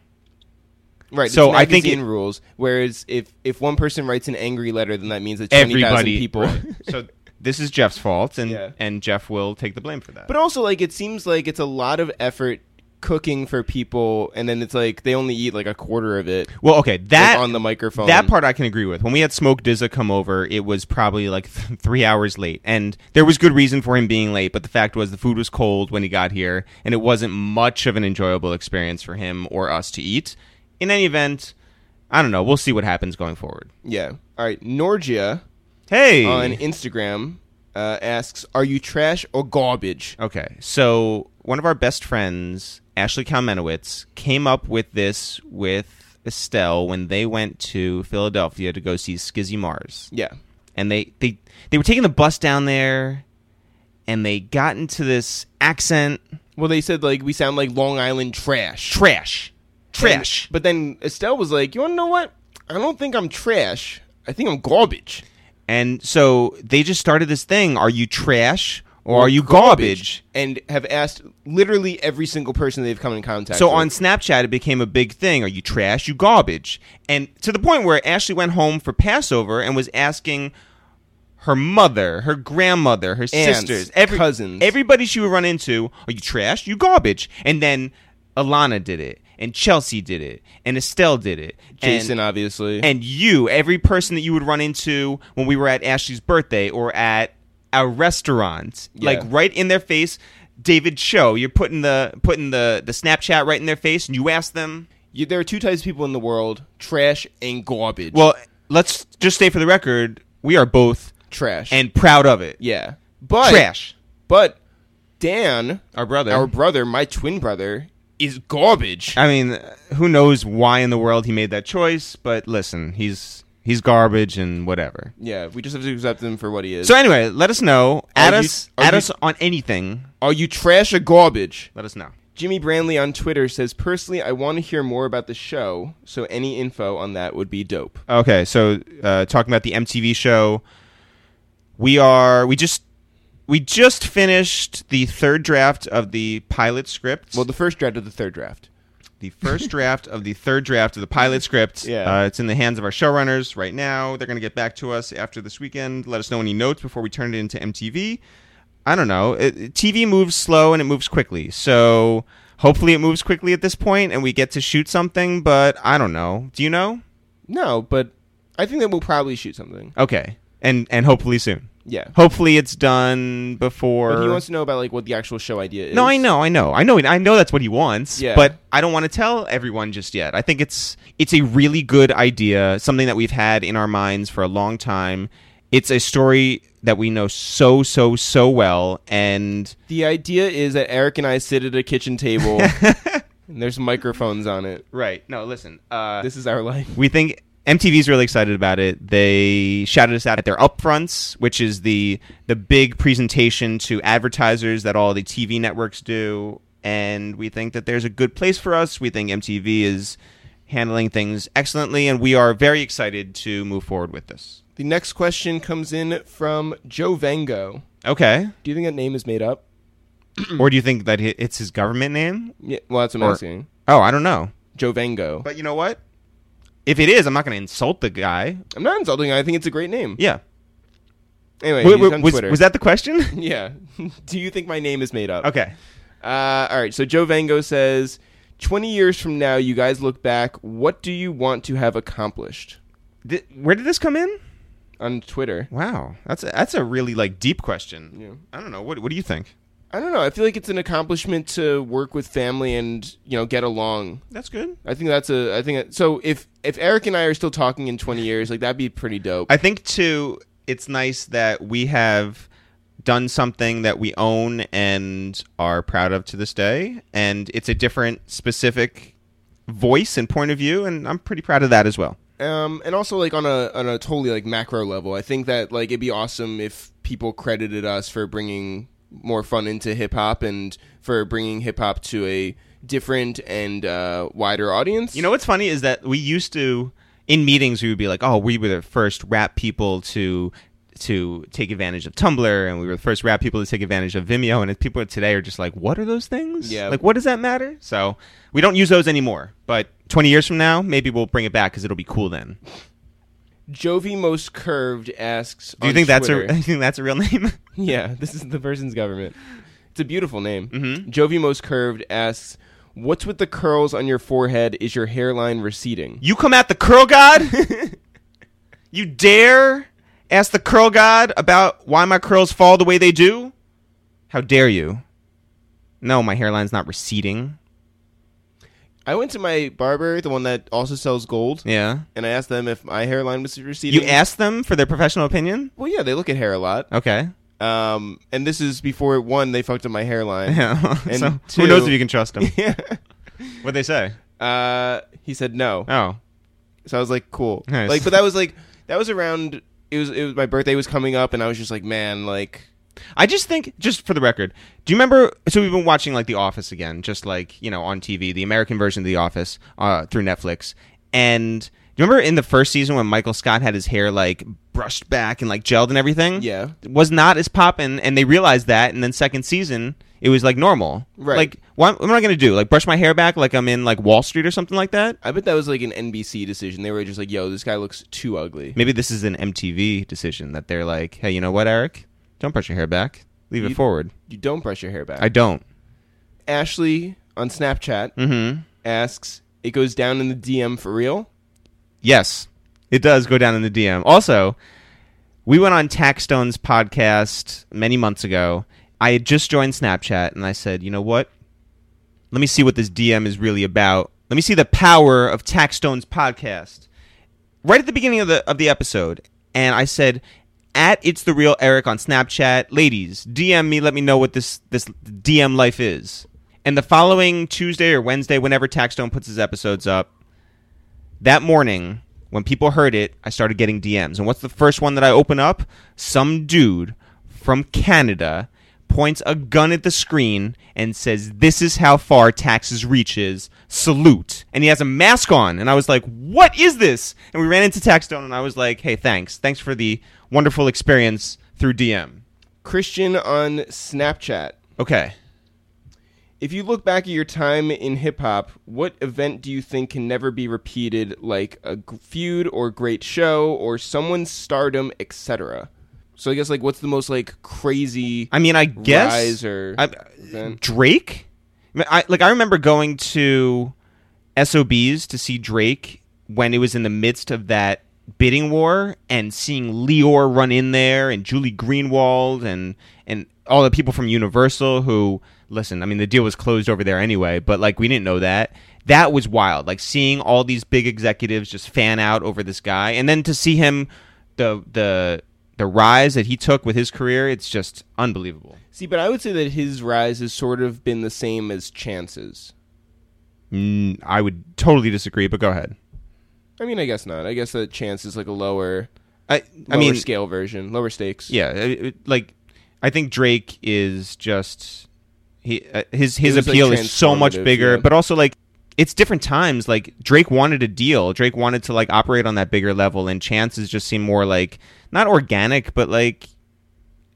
S2: Right.
S1: So
S2: it's
S1: I think
S2: magazine
S1: it-
S2: rules. Whereas if if one person writes an angry letter, then that means that twenty thousand
S1: Everybody
S2: people.
S1: so this is Jeff's fault and
S2: Yeah.
S1: and Jeff will take the blame for that.
S2: But also, like, it seems like it's a lot of effort cooking for people, and then it's like they only eat like a quarter of it
S1: well, okay, that
S2: uh, like, on the microphone.
S1: That part I can agree with. When we had Smoke Dizza come over, it was probably like th- three hours late, and there was good reason for him being late. But the fact was, the food was cold when he got here, and it wasn't much of an enjoyable experience for him or us to eat. In any event, I don't know. We'll see what happens going forward.
S2: Yeah. All right. Norgia
S1: Hey,
S2: on Instagram uh, asks, "Are you trash or garbage?"
S1: Okay, so one of our best friends, Ashley Kalmenowitz, came up with this with Estelle when they went to Philadelphia to go see Skizzy Mars,
S2: Yeah.
S1: and they they they were taking the bus down there, and they got into this accent
S2: Well, they said like we sound like Long Island trash.
S1: trash, trash.
S2: And- but then Estelle was like, "You want to know what? I don't think I'm trash. I think I'm garbage."
S1: And so they just started this thing: Are you trash or are you garbage?
S2: And have asked literally every single person they've come in contact.
S1: So
S2: with.
S1: on Snapchat, it became a big thing. Are you trash? You garbage? And to the point where Ashley went home for Passover and was asking her mother, her grandmother, her sisters, every,
S2: cousins.
S1: everybody she would run into, are you trash? You garbage? And then Alana did it. and Chelsea did it, and Estelle did it,
S2: Jason,
S1: and,
S2: obviously.
S1: and you, every person that you would run into when we were at Ashley's birthday or at a restaurant,
S2: Yeah.
S1: like right in their face. David Show, you're putting the putting the the Snapchat right in their face, and you ask them,
S2: You- there are two types of people in the world trash and garbage.
S1: Well, let's just say for the record, we are both
S2: trash.
S1: and proud of it.
S2: yeah. But,
S1: Trash.
S2: But Dan,
S1: Our brother.
S2: our brother, my twin brother, is garbage.
S1: I mean, who knows why in the world he made that choice, but listen, he's he's garbage and whatever.
S2: yeah, we just have to accept him for what he is.
S1: So anyway, let us know. Add
S2: you-
S1: us
S2: are
S1: add
S2: you-
S1: us on anything.
S2: are you trash or garbage?
S1: Let us know.
S2: Jimmy Branley on Twitter says, Personally, I want to hear more about the show, so any info on that would be dope.
S1: Okay, so uh, talking about the MTV show, we are we just we just finished the third draft of the pilot script.
S2: Well, the first draft of the third draft.
S1: the first draft of the third draft of the pilot script.
S2: Yeah.
S1: Uh, it's in the hands of our showrunners right now. They're going to get back to us after this weekend. Let us know any notes before we turn it into MTV. I don't know. It, it- TV moves slow and it moves quickly. So hopefully it moves quickly at this point and we get to shoot something, but I don't know. Do you know?
S2: No, but I think that we'll probably shoot something.
S1: Okay. And and hopefully soon.
S2: Yeah.
S1: Hopefully it's done before
S2: But he wants to know about like what the actual show idea is.
S1: No, I know, I know, I know, I know that's what he wants.
S2: Yeah.
S1: But I don't want to tell everyone just yet. I think it's it's a really good idea, something that we've had in our minds for a long time. It's a story that we know so so so well, and
S2: The idea is that Eric and I sit at a kitchen table and there's microphones on it.
S1: right. No, listen. Uh,
S2: This is our life.
S1: we think MTV's really excited about it. They shouted us out at their upfronts, which is the the big presentation to advertisers that all the TV networks do. And we think that there's a good place for us. We think MTV is handling things excellently, and we are very excited to move forward with this.
S2: The next question comes in from Joe Vango.
S1: Okay.
S2: Do you think that name is made up? Mm.
S1: or do you think that hi- it's his government name?
S2: Yeah, well, that's what I'm
S1: Or-
S2: asking.
S1: Oh, I don't know.
S2: Joe Vango.
S1: But you know what? If it is, I'm not going to insult the guy.
S2: I'm not insulting. I think it's a great name.
S1: Yeah.
S2: Anyway,
S1: Wait,
S2: he's
S1: wait,
S2: on
S1: was,
S2: Twitter.
S1: was that the question?
S2: Yeah. Do you think my name is made up?
S1: okay.
S2: Uh, all right. So Joe Vango says, 20 years from now, you guys look back. What do you want to have accomplished?
S1: Th- where did this come in?
S2: On Twitter.
S1: Wow, that's a, that's a really like deep question.
S2: Yeah.
S1: I don't know. What what do you think?
S2: I don't know. I feel like it's an accomplishment to work with family and you know get along.
S1: That's good.
S2: I think that's a. I think that- so. If if Eric and I are still talking in 20 years, like that'd be pretty dope.
S1: I think too. It's nice that we have done something that we own and are proud of to this day, and it's a different specific voice and point of view, and I'm pretty proud of that as well.
S2: Um, and also like on a on a totally like macro level, I think that like it'd be awesome if people credited us for bringing more fun into hip hop and for bringing hip hop to a different and uh, wider audience.
S1: You know what's funny is that we used to in meetings we would be like, "Oh, we were the first rap people to to take advantage of Tumblr, and we were the first rap people to take advantage of Vimeo." And people today are just like, "What are those things?
S2: Yeah.
S1: like what does that matter?" So we don't use those anymore. But 20 years from now, maybe we'll bring it back because it'll be cool then.
S2: Jovi most curved asks.
S1: Do you think that's a do you think that's a real name?
S2: yeah? This is the person's government. It's a beautiful name. Mm-hmm. Jovi most curved asks, "What's with the curls on your forehead? Is your hairline receding?"
S1: you come at the curl god? you dare ask the curl god about why my curls fall the way they do? How dare you? No, my hairline's not receding.
S2: I went to my barber, the one that also sells gold.
S1: Yeah.
S2: and I asked them if my hairline was receding.
S1: You ask them for their professional opinion?
S2: Well, yeah, they look at hair a lot.
S1: Okay.
S2: Um, and this is before one, they fucked up my hairline.
S1: Yeah.
S2: And
S1: so,
S2: two-
S1: who knows if you can trust them?
S2: Yeah.
S1: What'd they say?
S2: uh, he said no.
S1: Oh.
S2: So I was like, cool.
S1: Nice.
S2: Like, but that was like that was around. It was it was my birthday was coming up, and I was just like, man, like
S1: I just think, just for the record, do you remember? So we've been watching like The Office again, just like you know on TV, the American version of The Office uh, through Netflix. And do you remember in the first season when Michael Scott had his hair like brushed back and like gelled and everything?
S2: Yeah.
S1: It was not as poppin', and they realized that. And then second season, it was like normal.
S2: Right.
S1: Like, what, what am I gonna do? Like brush my hair back like I'm in like Wall Street or something like that?
S2: I bet that was like an NBC decision. They were just like, yo, this guy looks too ugly.
S1: Maybe this is an MTV decision that they're like, hey, you know what, Eric? Don't brush your hair back. Leave
S2: You-
S1: it forward.
S2: You don't brush your hair back.
S1: I don't.
S2: Ashley on Snapchat
S1: Mm-hmm.
S2: asks, "It goes down in the DM for real."
S1: Yes, it does go down in the DM. Also, we went on Tackstone's podcast many months ago. I had just joined Snapchat and I said, you know what? Let me see what this DM is really about. Let me see the power of Tackstone's podcast. Right at the beginning of the of the episode, and I said, at it's the real Eric on Snapchat, ladies, DM me, let me know what this this DM life is. And the following Tuesday or Wednesday, whenever Tackstone puts his episodes up, that morning when people heard it i started getting dms and what's the first one that i open up some dude from canada points a gun at the screen and says this is how far taxes reaches salute and he has a mask on and i was like what is this and we ran into taxstone and i was like hey thanks thanks for the wonderful experience through dm
S2: Christian on Snapchat.
S1: okay
S2: If you look back at your time in hip hop, what event do you think can never be repeated, like a g- feud or great show or someone's stardom, etc.? So I guess like what's the most like crazy
S1: i mean i guess
S2: rise or
S1: I,
S2: event?
S1: Drake. I, mean, I- like I remember going to SOBs to see Drake when it was in the midst of that bidding war and seeing Leor run in there and Julie Greenwald and and all the people from Universal who listen, I mean the deal was closed over there anyway, but like we didn't know that. That was wild. Like seeing all these big executives just fan out over this guy and then to see him the the the rise that he took with his career, it's just unbelievable.
S2: See, but I would say that his rise has sort of been the same as Chance's.
S1: Mm, I would totally disagree, but go ahead.
S2: I mean, I guess not. I guess that Chance is like a lower,
S1: I,
S2: lower
S1: I mean,
S2: scale version, lower stakes.
S1: yeah, it- it- like I think Drake is just he uh, his his
S2: was, like,
S1: appeal is so much
S2: transformative,
S1: bigger,
S2: yeah.
S1: but also like it's different times. Like Drake wanted a deal. Drake wanted to like operate on that bigger level, and chances just seem more like not organic, but like.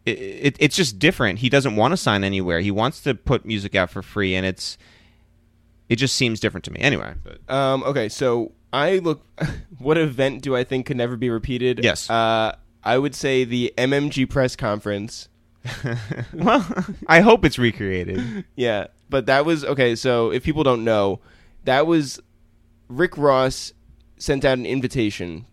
S1: It, it, it's just different. He doesn't want to sign anywhere. He wants to put music out for free, and it's it just seems different to me. Anyway, but
S2: Um, okay, so I look. what event do I think could never be repeated?
S1: Yes.
S2: Uh, I would say the MMG press conference.
S1: well, I hope it's recreated.
S2: Yeah, but that was okay. So if people don't know, that was Rick Ross sent out an invitation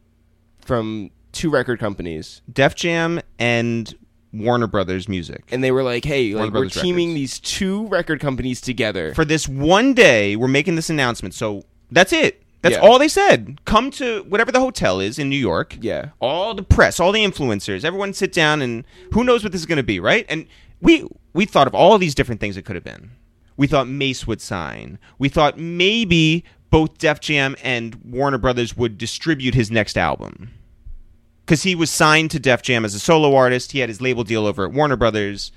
S2: from two record companies,
S1: Def Jam and Warner Brothers Music.
S2: and they were like, "Hey,
S1: Warner
S2: like we're
S1: Brothers
S2: teaming
S1: Records.
S2: these two record companies together."
S1: For this one day, we're making this announcement. So that's it. That's
S2: Yeah.
S1: all they said. Come to whatever the hotel is in New York.
S2: yeah.
S1: All the press, all the influencers, everyone sit down and who knows what this is going to be, right? And we we thought of all these different things it could have been. We thought Mace would sign. We thought maybe both Def Jam and Warner Brothers would distribute his next album. because he was signed to Def Jam as a solo artist. He had his label deal over at Warner Brothers.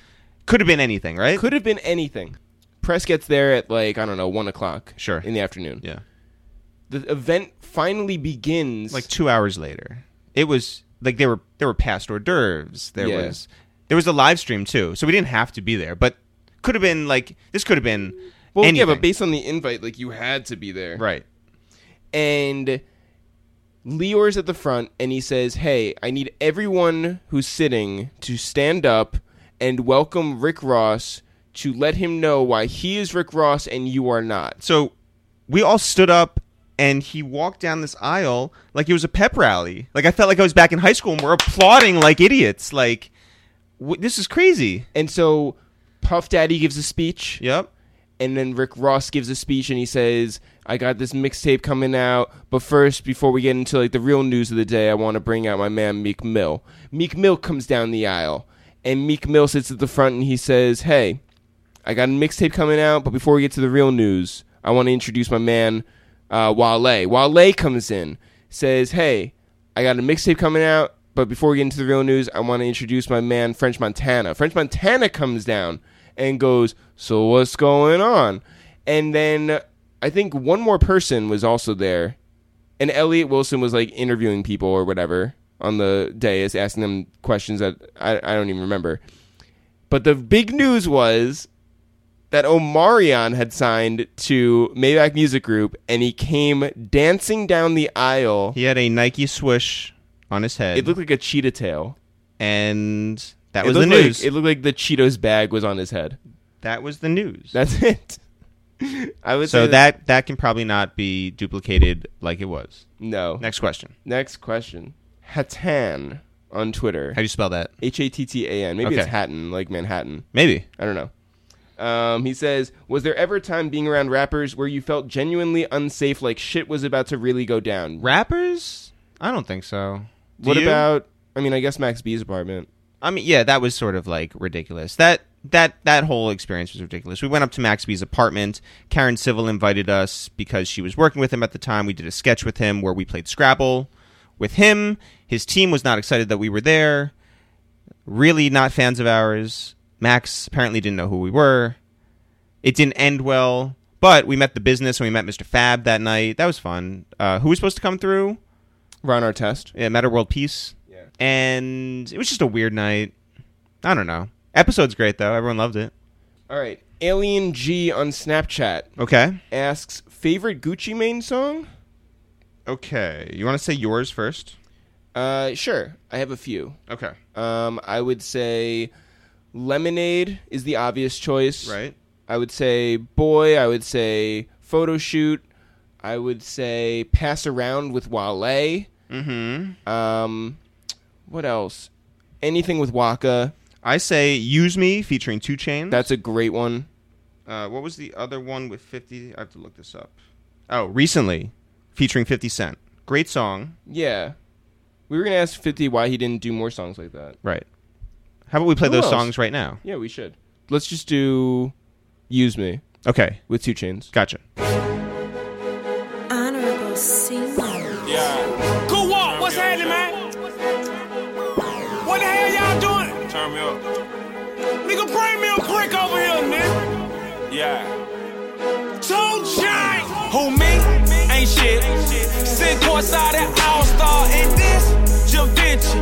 S1: Could have been anything, right?
S2: Could have been anything. Press gets there at like I don't know one o'clock.
S1: Sure.
S2: In the afternoon,
S1: yeah.
S2: the event finally begins.
S1: Like two hours later, it was like they were there were past hors d'oeuvres. There
S2: Yeah.
S1: was there was a live stream too, so we didn't have to be there. But could have been like this. Could have been
S2: well,
S1: anything.
S2: yeah, but based on the invite, like you had to be there.
S1: right.
S2: And Leor's at the front, and he says, "Hey, I need everyone who's sitting to stand up and welcome Rick Ross." To let him know why he is Rick Ross and you are not.
S1: So we all stood up. And he walked down this aisle like it was a pep rally. Like I felt like I was back in high school, and we're applauding like idiots. Like w- this is crazy.
S2: And so Puff Daddy gives a speech.
S1: Yep.
S2: and then Rick Ross gives a speech and he says, "I got this mixtape coming out, but first, before we get into like the real news of the day, I want to bring out my man Meek Mill." Meek Mill comes down the aisle, and Meek Mill sits at the front and he says, "Hey, I got a mixtape coming out, but before we get to the real news, I want to introduce my man uh, Wale." Wale comes in, says, "Hey, I got a mixtape coming out." But before we get into the real news, I want to introduce my man French Montana. French Montana comes down and goes, "So what's going on?" And then I think one more person was also there, and Elliot Wilson was like interviewing people or whatever on the dais, asking them questions that I, I don't even remember. But the big news was that Omarion had signed to Maybach Music Group, and he came dancing down the aisle.
S1: He had a Nike swoosh on his head,
S2: It looked like a cheetah tail.
S1: and that
S2: It
S1: was the
S2: looked like-
S1: news.
S2: it looked like the Cheetos bag was on his head.
S1: that was the news.
S2: That's it. I would
S1: So
S2: say
S1: that that can probably not be duplicated like it was.
S2: no.
S1: Next
S2: Next,
S1: question.
S2: question. Hatan on Twitter.
S1: How do you spell that?
S2: H A T T A N. Maybe it's
S1: Okay.
S2: Hatton, like Manhattan.
S1: Maybe.
S2: I don't know. Um, he says, "Was there ever a time being around rappers where you felt genuinely unsafe, like shit was about to really go down?"
S1: Rappers? I don't think so. Do
S2: what
S1: you?
S2: about? I mean, I guess Max B's apartment.
S1: I mean, yeah, that was sort of like ridiculous. That that that whole experience was ridiculous. We went up to Max B's apartment. Karen Civil invited us because she was working with him at the time. We did a sketch with him where we played Scrabble with him. His team was not excited that we were there. Really not fans of ours. Max apparently didn't know who we were. It didn't end well. But we met the business and we met Mr. Fab that night. That was fun. Uh, who was supposed to come through?
S2: Ron Artest.
S1: Yeah, Matter World Peace
S2: Yeah.
S1: and it was just a weird night. I don't know. Episode's great though. Everyone loved it.
S2: All right. Alien G on Snapchat
S1: Okay.
S2: asks, "Favorite Gucci Mane song?"
S1: Okay. You want to say yours first?
S2: Uh, sure. I have a few.
S1: Okay.
S2: Um, I would say Lemonade is the obvious choice.
S1: Right.
S2: I would say Boy. I would say Photo Shoot. I would say Pass Around with Wale.
S1: Mm-hmm.
S2: Um, what else? Anything with Waka.
S1: I say "Use Me" featuring Two Chains.
S2: That's a great one.
S1: uh, what was the other one with Fifty? I have to look this up. Oh, recently, featuring Fifty Cent. Great song.
S2: Yeah. We were going to ask 50 why he didn't do more songs like that.
S1: Right. How about we play
S2: Who
S1: those
S2: else?
S1: songs right now?
S2: Yeah, we should. Let's just do Use Me
S1: Okay.
S2: with Two Chains.
S1: Gotcha.
S3: Honorable Seymour.
S4: Cool walk, what's happening, man? What the hell y'all doing?
S5: Turn me up.
S4: Nigga, bring me a brick over here, nigga.
S5: Yeah.
S4: Two giant. Who me? Ain't shit. Sit courtside at All Star, and this Jim Vinci.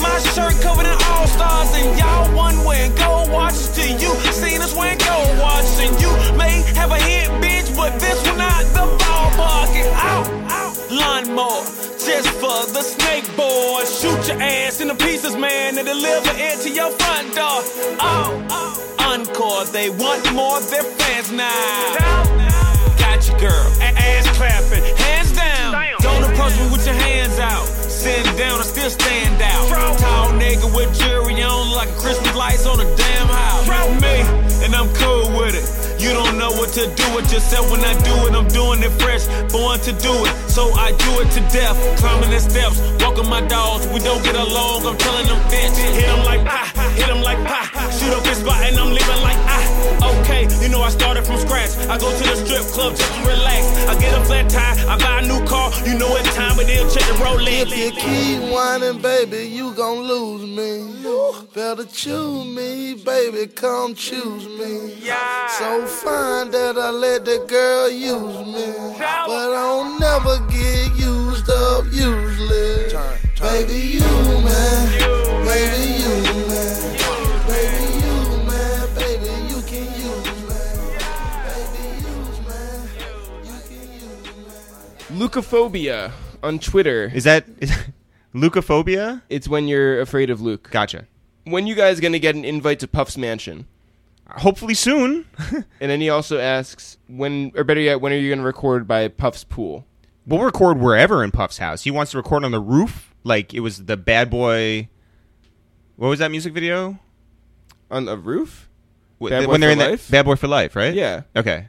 S4: My shirt covered in All Stars, and y'all one wearing gold watches to you. Seen us wearing gold watches, and you may have a hit, bitch, but this one not the ballpark. And out, out, lawnmower, just for the snake boy. Shoot your ass into pieces, man, and deliver it to your front door. Oh, oh. encore, they want more of their fans now. Got your girl, a- ass clapping, hands down. Don't approach me with your hands out. Sitting down, I still stand out. Tall nigga with jewelry on, like a Christmas lights on a damn house. Me, and I'm cool with it. You don't know what to do with yourself when I do it. I'm doing it fresh, born to do it. So I do it to death. Climbing the steps, walking my dogs. We don't get along, I'm telling them bitch. Hit 'em like ah, hit 'em like pie. Shoot up his spot and I'm leaving like ah. Okay, you know I started from scratch. I go to the strip club just to relax. I get a flat tire, I buy a new car. You know it's time, but they'll check the
S6: If
S4: Rolex.
S6: you keep whining, baby, you gon' lose me. Better choose me, baby, come choose me. So fine that I let the girl use me. But I don't never get used up usually. Baby, you man, baby, you man. Baby, you man, baby, you can use man. Baby, use man, you can use man.
S2: Lucophobia on Twitter.
S1: Is that is leukophobia?
S2: it's when you're afraid of Luke.
S1: Gotcha.
S2: When you guys going to get an invite to Puff's mansion?
S1: Hopefully soon.
S2: And then he also asks, when, or better yet, when are you going to record by Puff's pool?
S1: We'll record wherever in Puff's house. He wants to record on the roof, like it was the Bad Boy. What was that music video?
S2: On a roof?
S1: W-
S2: Bad
S1: th-
S2: Boy
S1: when they're
S2: for
S1: in that-
S2: Life?
S1: Bad Boy for Life, right?
S2: Yeah.
S1: Okay.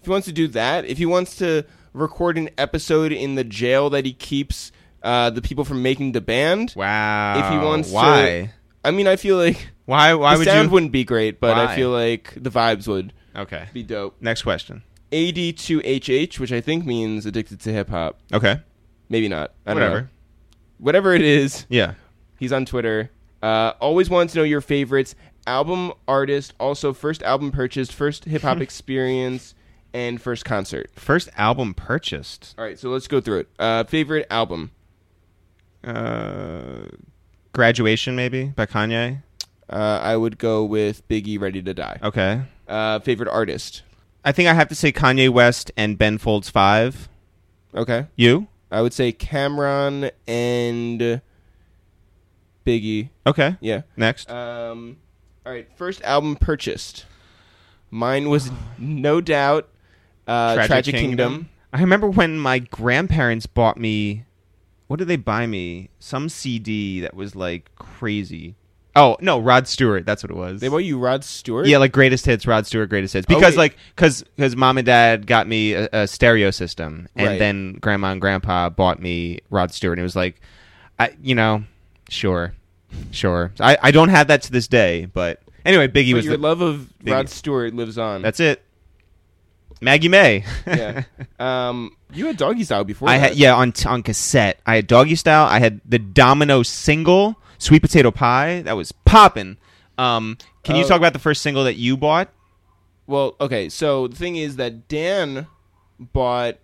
S2: If he wants to do that, if he wants to record an episode in the jail that he keeps uh, the people from making the band,
S1: Wow.
S2: if he wants
S1: why?
S2: to, I mean, I feel like
S1: why? Why
S2: the
S1: would
S2: sound
S1: you?
S2: wouldn't be great, but I
S1: Why?
S2: feel like the vibes would
S1: okay.
S2: be dope.
S1: Next question.
S2: AD2HH, which I think means addicted to hip hop.
S1: Okay.
S2: Maybe not. I don't
S1: Whatever.
S2: know. Whatever it is,
S1: Yeah.
S2: He's on Twitter. Uh, always wants to know your favorites. Album artist, also first album purchased, first hip hop experience, and first concert.
S1: First album purchased.
S2: All right, so let's go through it. Uh, favorite album?
S1: Uh, graduation maybe by Kanye.
S2: Uh, I would go with Biggie, Ready to Die.
S1: Okay.
S2: Uh, favorite artist?
S1: I think I have to say Kanye West and Ben Folds Five.
S2: Okay.
S1: You?
S2: I would say Cameron and Biggie.
S1: Okay.
S2: Yeah.
S1: Next.
S2: Um, all right, first album purchased. Mine was no doubt uh, Tragic, Kingdom.
S1: I remember when my grandparents bought me. What did they buy me? Some CD that was like crazy. Oh no, Rod Stewart. That's what it was.
S2: They bought you Rod Stewart.
S1: yeah, like greatest hits, Rod Stewart, greatest hits.
S2: Oh,
S1: Because
S2: wait.
S1: like, cause, cause mom and dad got me a, a stereo system, and
S2: Right.
S1: then grandma and grandpa bought me Rod Stewart. And it was like, I, you know, sure, sure. I, I don't have that to this day, but anyway, Biggie
S2: But
S1: was
S2: your
S1: the,
S2: love of Rod
S1: biggest.
S2: Stewart lives on.
S1: That's it. Maggie May.
S2: yeah. Um, you had Doggy Style before.
S1: I
S2: that.
S1: had yeah on t- on cassette. I had Doggy Style. I had the Domino single, Sweet Potato Pie. That was popping. Um, can you
S2: Oh.
S1: talk about the first single that you bought?
S2: Well, okay. So the thing is that Dan bought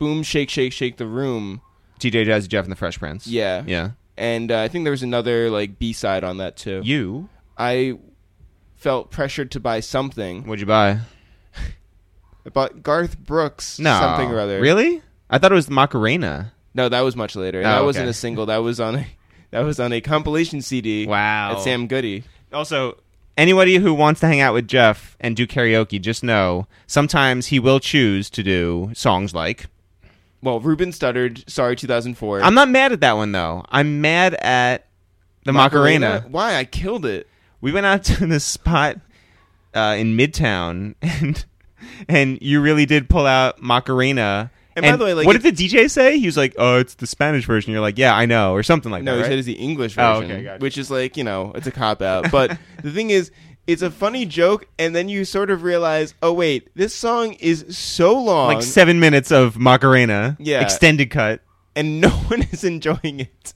S2: Boom Shake Shake Shake the Room.
S1: DJ Jazzy Jeff and the Fresh Prince.
S2: Yeah.
S1: yeah.
S2: And uh, I think there was another like B side on that too.
S1: You?
S2: I felt pressured to buy something.
S1: What'd you buy?
S2: I bought Garth Brooks
S1: No,
S2: something or other.
S1: Really? I thought it was Macarena.
S2: No, that was much later.
S1: Oh,
S2: that
S1: okay.
S2: wasn't a single. That was on a that was on a compilation CD.
S1: Wow.
S2: At Sam Goody.
S1: Also, anybody who wants to hang out with Jeff and do karaoke, just know sometimes he will choose to do songs like.
S2: Well, Ruben stuttered. Sorry, 2004.
S1: I'm not mad at that one though. I'm mad at the Macarena.
S2: Why I killed it.
S1: we went out to this spot uh, in Midtown, and and you really did pull out Macarena.
S2: And by the way, like,
S1: what
S2: it-
S1: did the DJ say? He was like, "Oh, it's the Spanish version." You're like, "Yeah, I know," or something like
S2: No,
S1: that.
S2: he
S1: right?
S2: said it's the English
S1: Oh,
S2: version,
S1: okay, gotcha.
S2: which is like you know it's a cop out. But the thing is, it's a funny joke, and then you sort of realize, oh wait, this song is so long,
S1: like seven minutes of Macarena,
S2: Yeah.
S1: extended cut.
S2: and no one is enjoying it.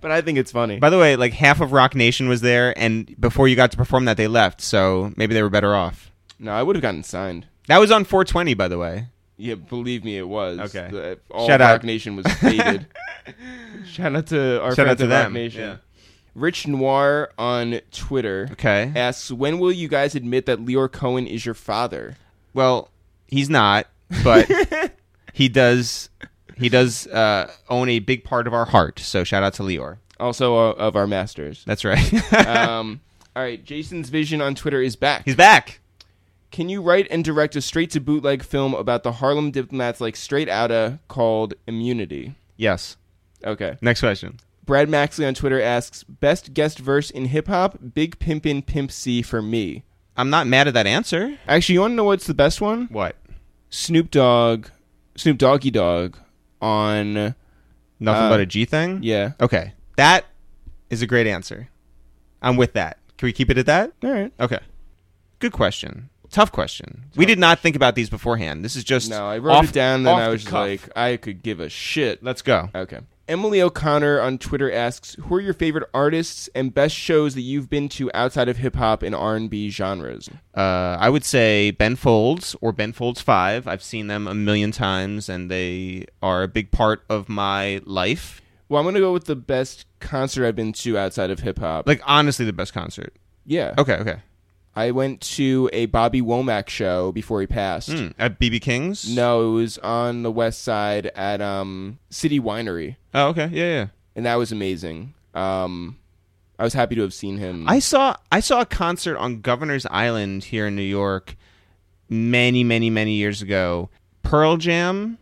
S2: But I think it's funny.
S1: By the way, like half of Rock Nation was there, and before you got to perform that, they left. So maybe they were better off.
S2: no, I would have gotten signed.
S1: That was on 420, by the way.
S2: Yeah, believe me, it was.
S1: Okay.
S2: The- all
S1: Shout
S2: Rock
S1: out.
S2: Nation was faded. Shout out to our
S1: Shout
S2: friends
S1: out to
S2: at Rock
S1: them.
S2: Nation.
S1: Yeah.
S2: Rich Noir on Twitter
S1: Okay.
S2: asks, when will you guys admit that Lior Cohen is your father?
S1: Well, he's not, but he does. He does uh, own a big part of our heart. So shout out to Lior.
S2: Also uh, of our masters.
S1: That's right.
S2: um, all right, Jason's vision on Twitter is back.
S1: he's back.
S2: Can you write and direct a straight to bootleg film about the Harlem diplomats like Straight Outta called Immunity?
S1: Yes.
S2: Okay.
S1: Next question.
S2: Brad Maxley on Twitter asks, best guest verse in hip hop, Big Pimpin' Pimp C for me.
S1: I'm not mad at that answer.
S2: Actually, you want to know what's the best one?
S1: What?
S2: Snoop Dogg, Snoop Doggy Dogg on
S1: Nothing
S2: Uh,
S1: but a G thing.
S2: yeah.
S1: Okay. That is a great answer. I'm with that. Can we keep it at that?
S2: All right.
S1: Okay. Good question. Tough question. we did not think about these beforehand. This is just
S2: No, I wrote
S1: off-
S2: it down. Then
S1: off
S2: I
S1: the
S2: was just
S1: cuff.
S2: like, I could give a shit.
S1: let's go.
S2: Okay. Emily O'Connor on Twitter asks, "Who are your favorite artists and best shows that you've been to outside of hip hop and R and B genres?"
S1: Uh, I would say Ben Folds or Ben Folds Five. I've seen them a million times, and they are a big part of my life.
S2: Well, I'm gonna go with the best concert I've been to outside of hip hop.
S1: Like honestly, the best concert.
S2: yeah,
S1: Okay, okay.
S2: I went to a Bobby Womack show before he passed.
S1: Hmm. At BB King's.
S2: No, it was on the West Side at um, City Winery,
S1: Oh, okay. Yeah, yeah.
S2: and that was amazing. Um, I was happy to have seen him.
S1: I saw I saw a concert on Governor's Island here in New York many, many, many years ago. Pearl Jam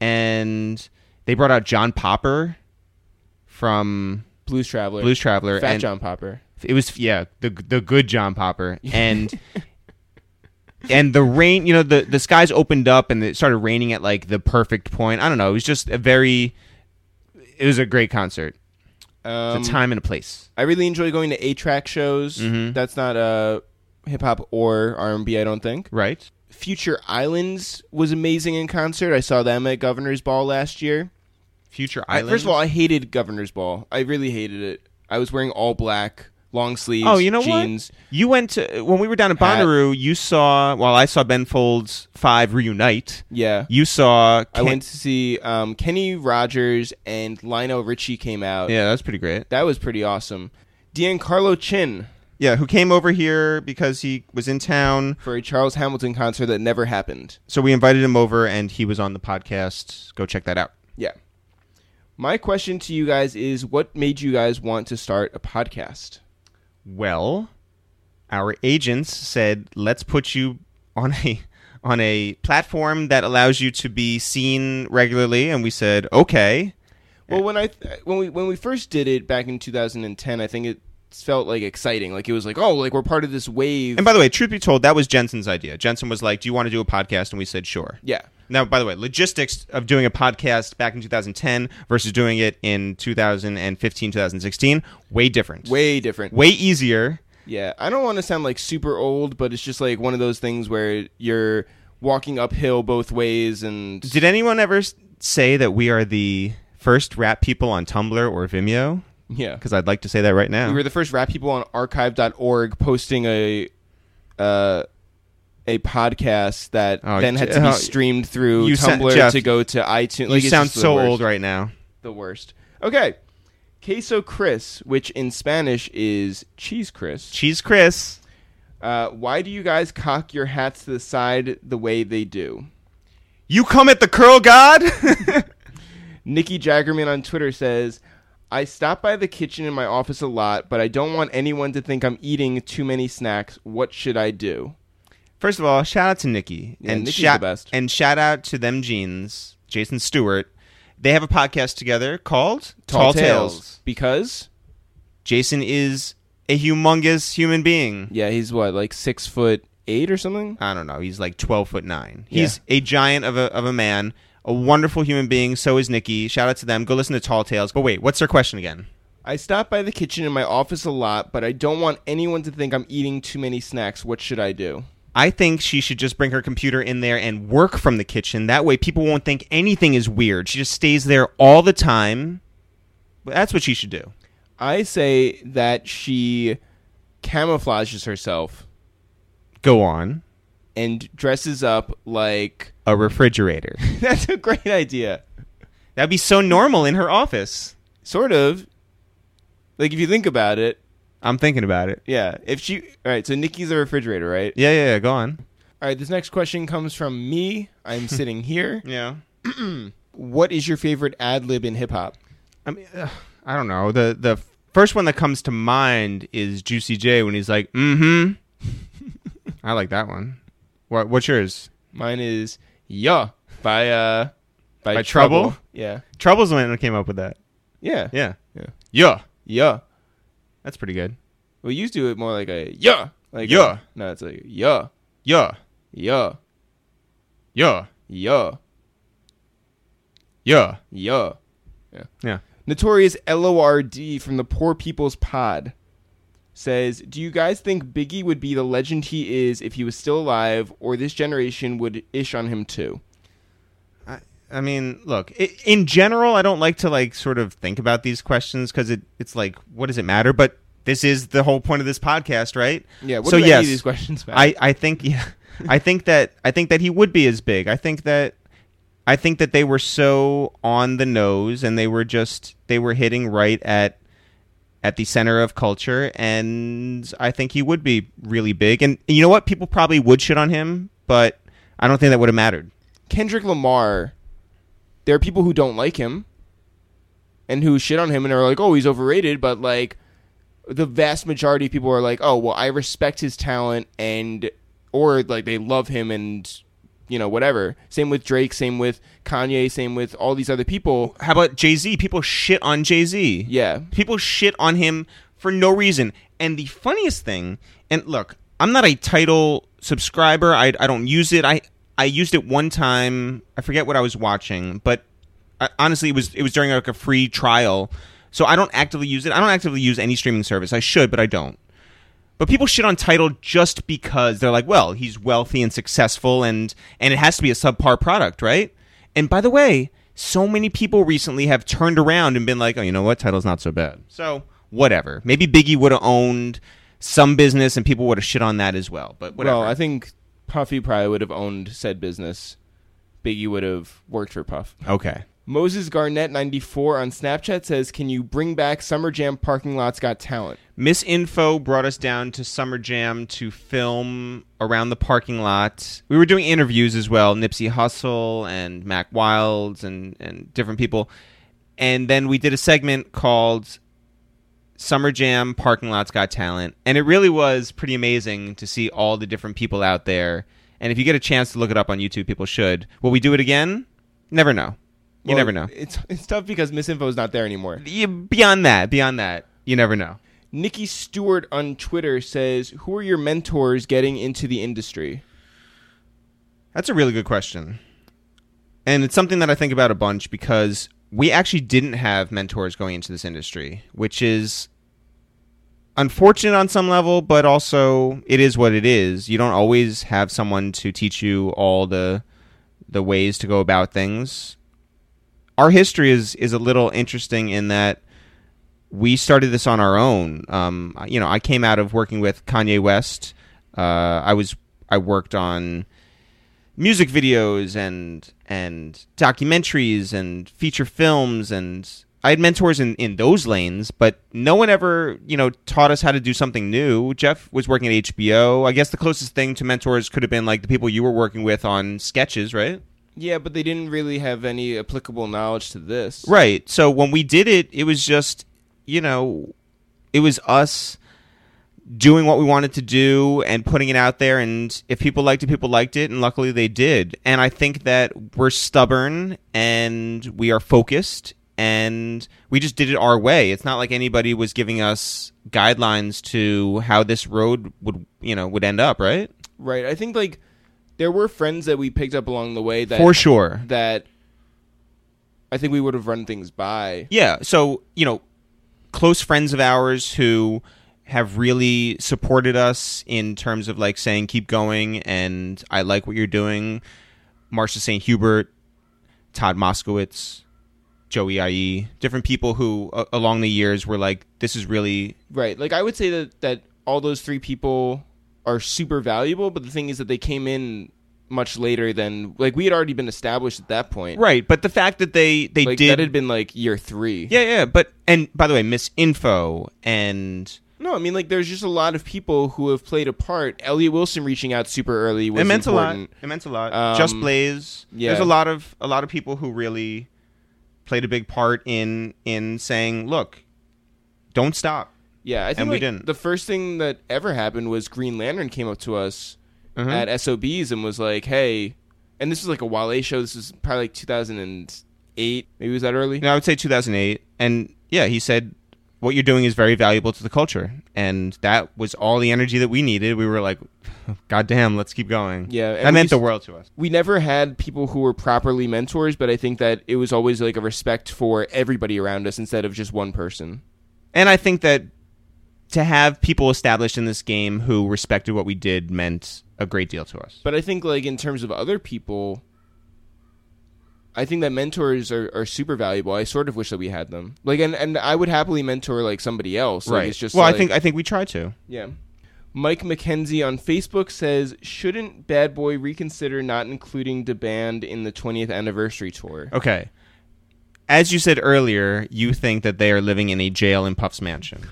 S1: and they brought out John Popper from
S2: Blues Traveler,
S1: Blues Traveler
S2: Fat
S1: and
S2: John Popper.
S1: it was yeah, the the good John Popper and and the rain, you know, the the skies opened up and it started raining at like the perfect point. I don't know, it was just a very it was a great concert.
S2: Um,
S1: It's a time and a place.
S2: I really enjoy going to A track shows.
S1: Mm-hmm.
S2: That's not uh, hip hop or R and B, I don't think.
S1: Right?
S2: Future Islands was amazing in concert. I saw them at Governor's Ball last year.
S1: Future
S2: I,
S1: Island.
S2: first of all, I hated Governor's Ball. I really hated it. I was wearing all black, long sleeves,
S1: Oh, you know
S2: jeans.
S1: what? You went to when we were down at
S2: Hat.
S1: Bonnaroo. You saw while I saw Ben Folds Five reunite.
S2: Yeah.
S1: You saw.
S2: I
S1: Ken-
S2: went to see um, Kenny Rogers and Lionel Richie came out.
S1: Yeah, that's pretty great.
S2: That was pretty awesome. Giancarlo Chin
S1: Yeah, who came over here because he was in town.
S2: for a Charles Hamilton concert that never happened.
S1: So we invited him over, and he was on the podcast. Go check that out.
S2: Yeah. My question to you guys is what made you guys want to start a podcast?
S1: Well, our agents said, "Let's put you on a on a platform that allows you to be seen regularly," and we said, "Okay."
S2: Well, when I when we when we first did it back in 2010, I think it felt like exciting. Like it was like, oh, like we're part of this wave.
S1: And by the way, truth be told, that was Jensen's idea. Jensen was like, "Do you want to do a podcast?" And we said, "Sure."
S2: yeah,
S1: Now, by the way, logistics of doing a podcast back in 2010 versus doing it in 2015, 2016, way different.
S2: way different.
S1: way easier.
S2: Yeah, I don't want to sound like super old, but it's just like one of those things where you're walking uphill both ways, and
S1: Did anyone ever s- say that we are the first rap people on Tumblr or Vimeo?
S2: yeah,
S1: Because I'd like to say that right now.
S2: we were the first rap people on archive.org posting a uh, a podcast that
S1: Oh,
S2: then had
S1: Je-
S2: to be
S1: oh,
S2: streamed through
S1: you sound-
S2: Tumblr
S1: Jeff,
S2: to go to iTunes.
S1: you sound so old right now.
S2: The worst. Okay. Queso Chris, which in Spanish is cheese Chris.
S1: Cheese Chris.
S2: Uh, why do you guys cock your hats to the side the way they do?
S1: You come at the curl god?
S2: Nikki Jaggerman on Twitter says, I stop by the kitchen in my office a lot, but I don't want anyone to think I'm eating too many snacks. What should I do?
S1: First of all, shout out to Nikki.
S2: Yeah, Nikki's
S1: shout,
S2: the best.
S1: And shout out to them jeans, Jason Stewart. They have a podcast together called
S2: Because,
S1: Jason is a humongous human being.
S2: yeah, he's what, like six foot eight or something?
S1: I don't know. He's like twelve foot nine. He's a giant of a of a man, a wonderful human being. So is Nikki. Shout out to them. Go listen to Tall Tales. But wait, what's their question again?
S2: I stop by the kitchen in my office a lot, but I don't want anyone to think I'm eating too many snacks. What should I do?
S1: I think she should just bring her computer in there and work from the kitchen. That way, people won't think anything is weird. She just stays there all the time. But that's what she should do.
S2: I say that she camouflages herself
S1: Go on.
S2: and dresses up like.
S1: A refrigerator.
S2: That's a great idea.
S1: That'd be so normal in her office.
S2: Sort of. Like, if you think about it,
S1: I'm thinking about it.
S2: yeah. If she. All right, so Nikki's a refrigerator, right?
S1: Yeah, yeah, yeah. Go on.
S2: All right, this next question comes from me. I'm sitting here.
S1: Yeah.
S2: What is your favorite ad lib in hip hop?
S1: I mean, ugh, I don't know. The the first one that comes to mind is Juicy J when he's like, "Mm-hmm." I like that one. What what's yours?
S2: Mine is Yeah by, uh, by,
S1: By Trouble?
S2: Yeah.
S1: Trouble's the one that came up with that.
S2: Yeah.
S1: Yeah,
S2: Yeah.
S1: yeah.
S2: Yeah.
S1: That's pretty good.
S2: Well, you do it more like a Yeah. Like a-
S1: Yeah.
S2: no, it's like Yeah.
S1: Yeah,
S2: Yeah.
S1: yeah,
S2: Yeah.
S1: yeah.
S2: Yeah. Yeah.
S1: Yeah.
S2: Notorious LORD from the Poor People's Pod says, Do you guys think Biggie would be the legend he is if he was still alive, or this generation would ish on him too?
S1: I mean, look. i in general, I don't like to like sort of think about these questions because it it's like, what does it matter? But this is the whole point of this podcast, right?
S2: Yeah, what
S1: so
S2: do any
S1: yes,
S2: of these questions matter?
S1: I, I think yeah, I think that I think that he would be as big. I think that I think that they were so on the nose and they were just they were hitting right at at the center of culture and I think he would be really big. And you know what? People probably would shit on him, but I don't think that would have mattered.
S2: Kendrick Lamar, there are people who don't like him and who shit on him and are like, oh, he's overrated, but like the vast majority of people are like, oh, well, I respect his talent and, or like they love him and, you know, whatever. Same with Drake, same with Kanye, same with all these other people.
S1: How about Jay Z? People shit on Jay Z.
S2: Yeah.
S1: People shit on him for no reason. And the funniest thing, and look, I'm not a title subscriber. I, I don't use it. I I used it one time. I forget what I was watching, but I, honestly, it was it was during like a free trial. So I don't actively use it. I don't actively use any streaming service. I should, but I don't. But people shit on title just because they're like, well, he's wealthy and successful, and and it has to be a subpar product, right? And by the way, so many people recently have turned around and been like, oh, you know what, title's not so bad. So whatever. Maybe Biggie would have owned some business, and people would have shit on that as well. But whatever.
S2: Well, I think Puffy probably would have owned said business. Biggie would have worked for Puff.
S1: okay.
S2: Moses Garnett 94 on Snapchat says, "Can you bring back Summer Jam parking lots got talent?"
S1: Misinfo brought us down to Summer Jam to film around the parking lot. We were doing interviews as well, Nipsey Hussle and Mac Wilds and, and different people. And then we did a segment called Summer Jam Parking Lots Got Talent. And it really was pretty amazing to see all the different people out there. And if you get a chance to look it up on YouTube, people should. Will we do it again? Never know. You
S2: Well,
S1: never know.
S2: It's it's tough because misinfo is not there anymore.
S1: You- beyond that, beyond that, you never know.
S2: Nikki Stewart on Twitter says, "Who are your mentors getting into the industry?"
S1: That's a really good question. And it's something that I think about a bunch because we actually didn't have mentors going into this industry, which is unfortunate on some level, but also it is what it is. You don't always have someone to teach you all the the ways to go about things. Our history is is a little interesting in that we started this on our own. Um, you know, I came out of working with Kanye West. Uh, I was I worked on music videos and and documentaries and feature films and I had mentors in, in those lanes, but no one ever, you know, taught us how to do something new. Jeff was working at HBO. I guess the closest thing to mentors could have been like the people you were working with on sketches, right?
S2: Yeah, but they didn't really have any applicable knowledge to this.
S1: Right. So when we did it, it was just, you know, it was us doing what we wanted to do and putting it out there. And if people liked it, people liked it. And luckily they did. And I think that we're stubborn and we are focused and we just did it our way. It's not like anybody was giving us guidelines to how this road would, you know, would end up, right?
S2: Right. I think like there were friends that we picked up along the way that
S1: For sure.
S2: that I think we would have run things by.
S1: Yeah. So, you know, close friends of ours who have really supported us in terms of like saying, keep going and I like what you're doing. Marcia St. Hubert, Todd Moskowitz, Joey IE, different people who uh, along the years were like, this is really
S2: Right. Like I would say that that all those three people are super valuable, but the thing is that they came in much later than like we had already been established at that point.
S1: right. But the fact that they, they
S2: Like
S1: did.
S2: that had been like year three.
S1: yeah, yeah. But, and by the way, Miss Info and.
S2: No, I mean like there's just a lot of people who have played a part. Elliot Wilson reaching out super early was
S1: it meant
S2: important.
S1: a lot. It meant a lot.
S2: Um,
S1: Just Blaze.
S2: yeah.
S1: There's a lot of a lot of people who really played a big part in in saying, "Look, don't stop."
S2: Yeah, I think
S1: And we
S2: like,
S1: didn't.
S2: the first thing that ever happened was Green Lantern came up to us
S1: Mm-hmm.
S2: at SOBs and was like, "Hey," and this was like a Wale show. This was probably like 2008. Maybe was that early?
S1: And I would say 2008, and yeah, he said, "What you're doing is very valuable to the culture," and that was all the energy that we needed. We were like, "God damn, let's keep going."
S2: Yeah, and
S1: that
S2: we
S1: meant
S2: s-
S1: the world to us.
S2: We never had people who were properly mentors, but I think that it was always like a respect for everybody around us instead of just one person.
S1: And I think that to have people established in this game who respected what we did meant a great deal to us.
S2: But I think like in terms of other people, I think that mentors are, are super valuable. I sort of wish that we had them. Like, and, and I would happily mentor like somebody else. Like, It's just
S1: well, I
S2: like-
S1: think I think we tried to.
S2: Yeah. Mike McKenzie on Facebook says, shouldn't Bad Boy reconsider not including the band in the 20th anniversary tour?
S1: Okay. As you said earlier, you think that they are living in a jail in Puff's mansion,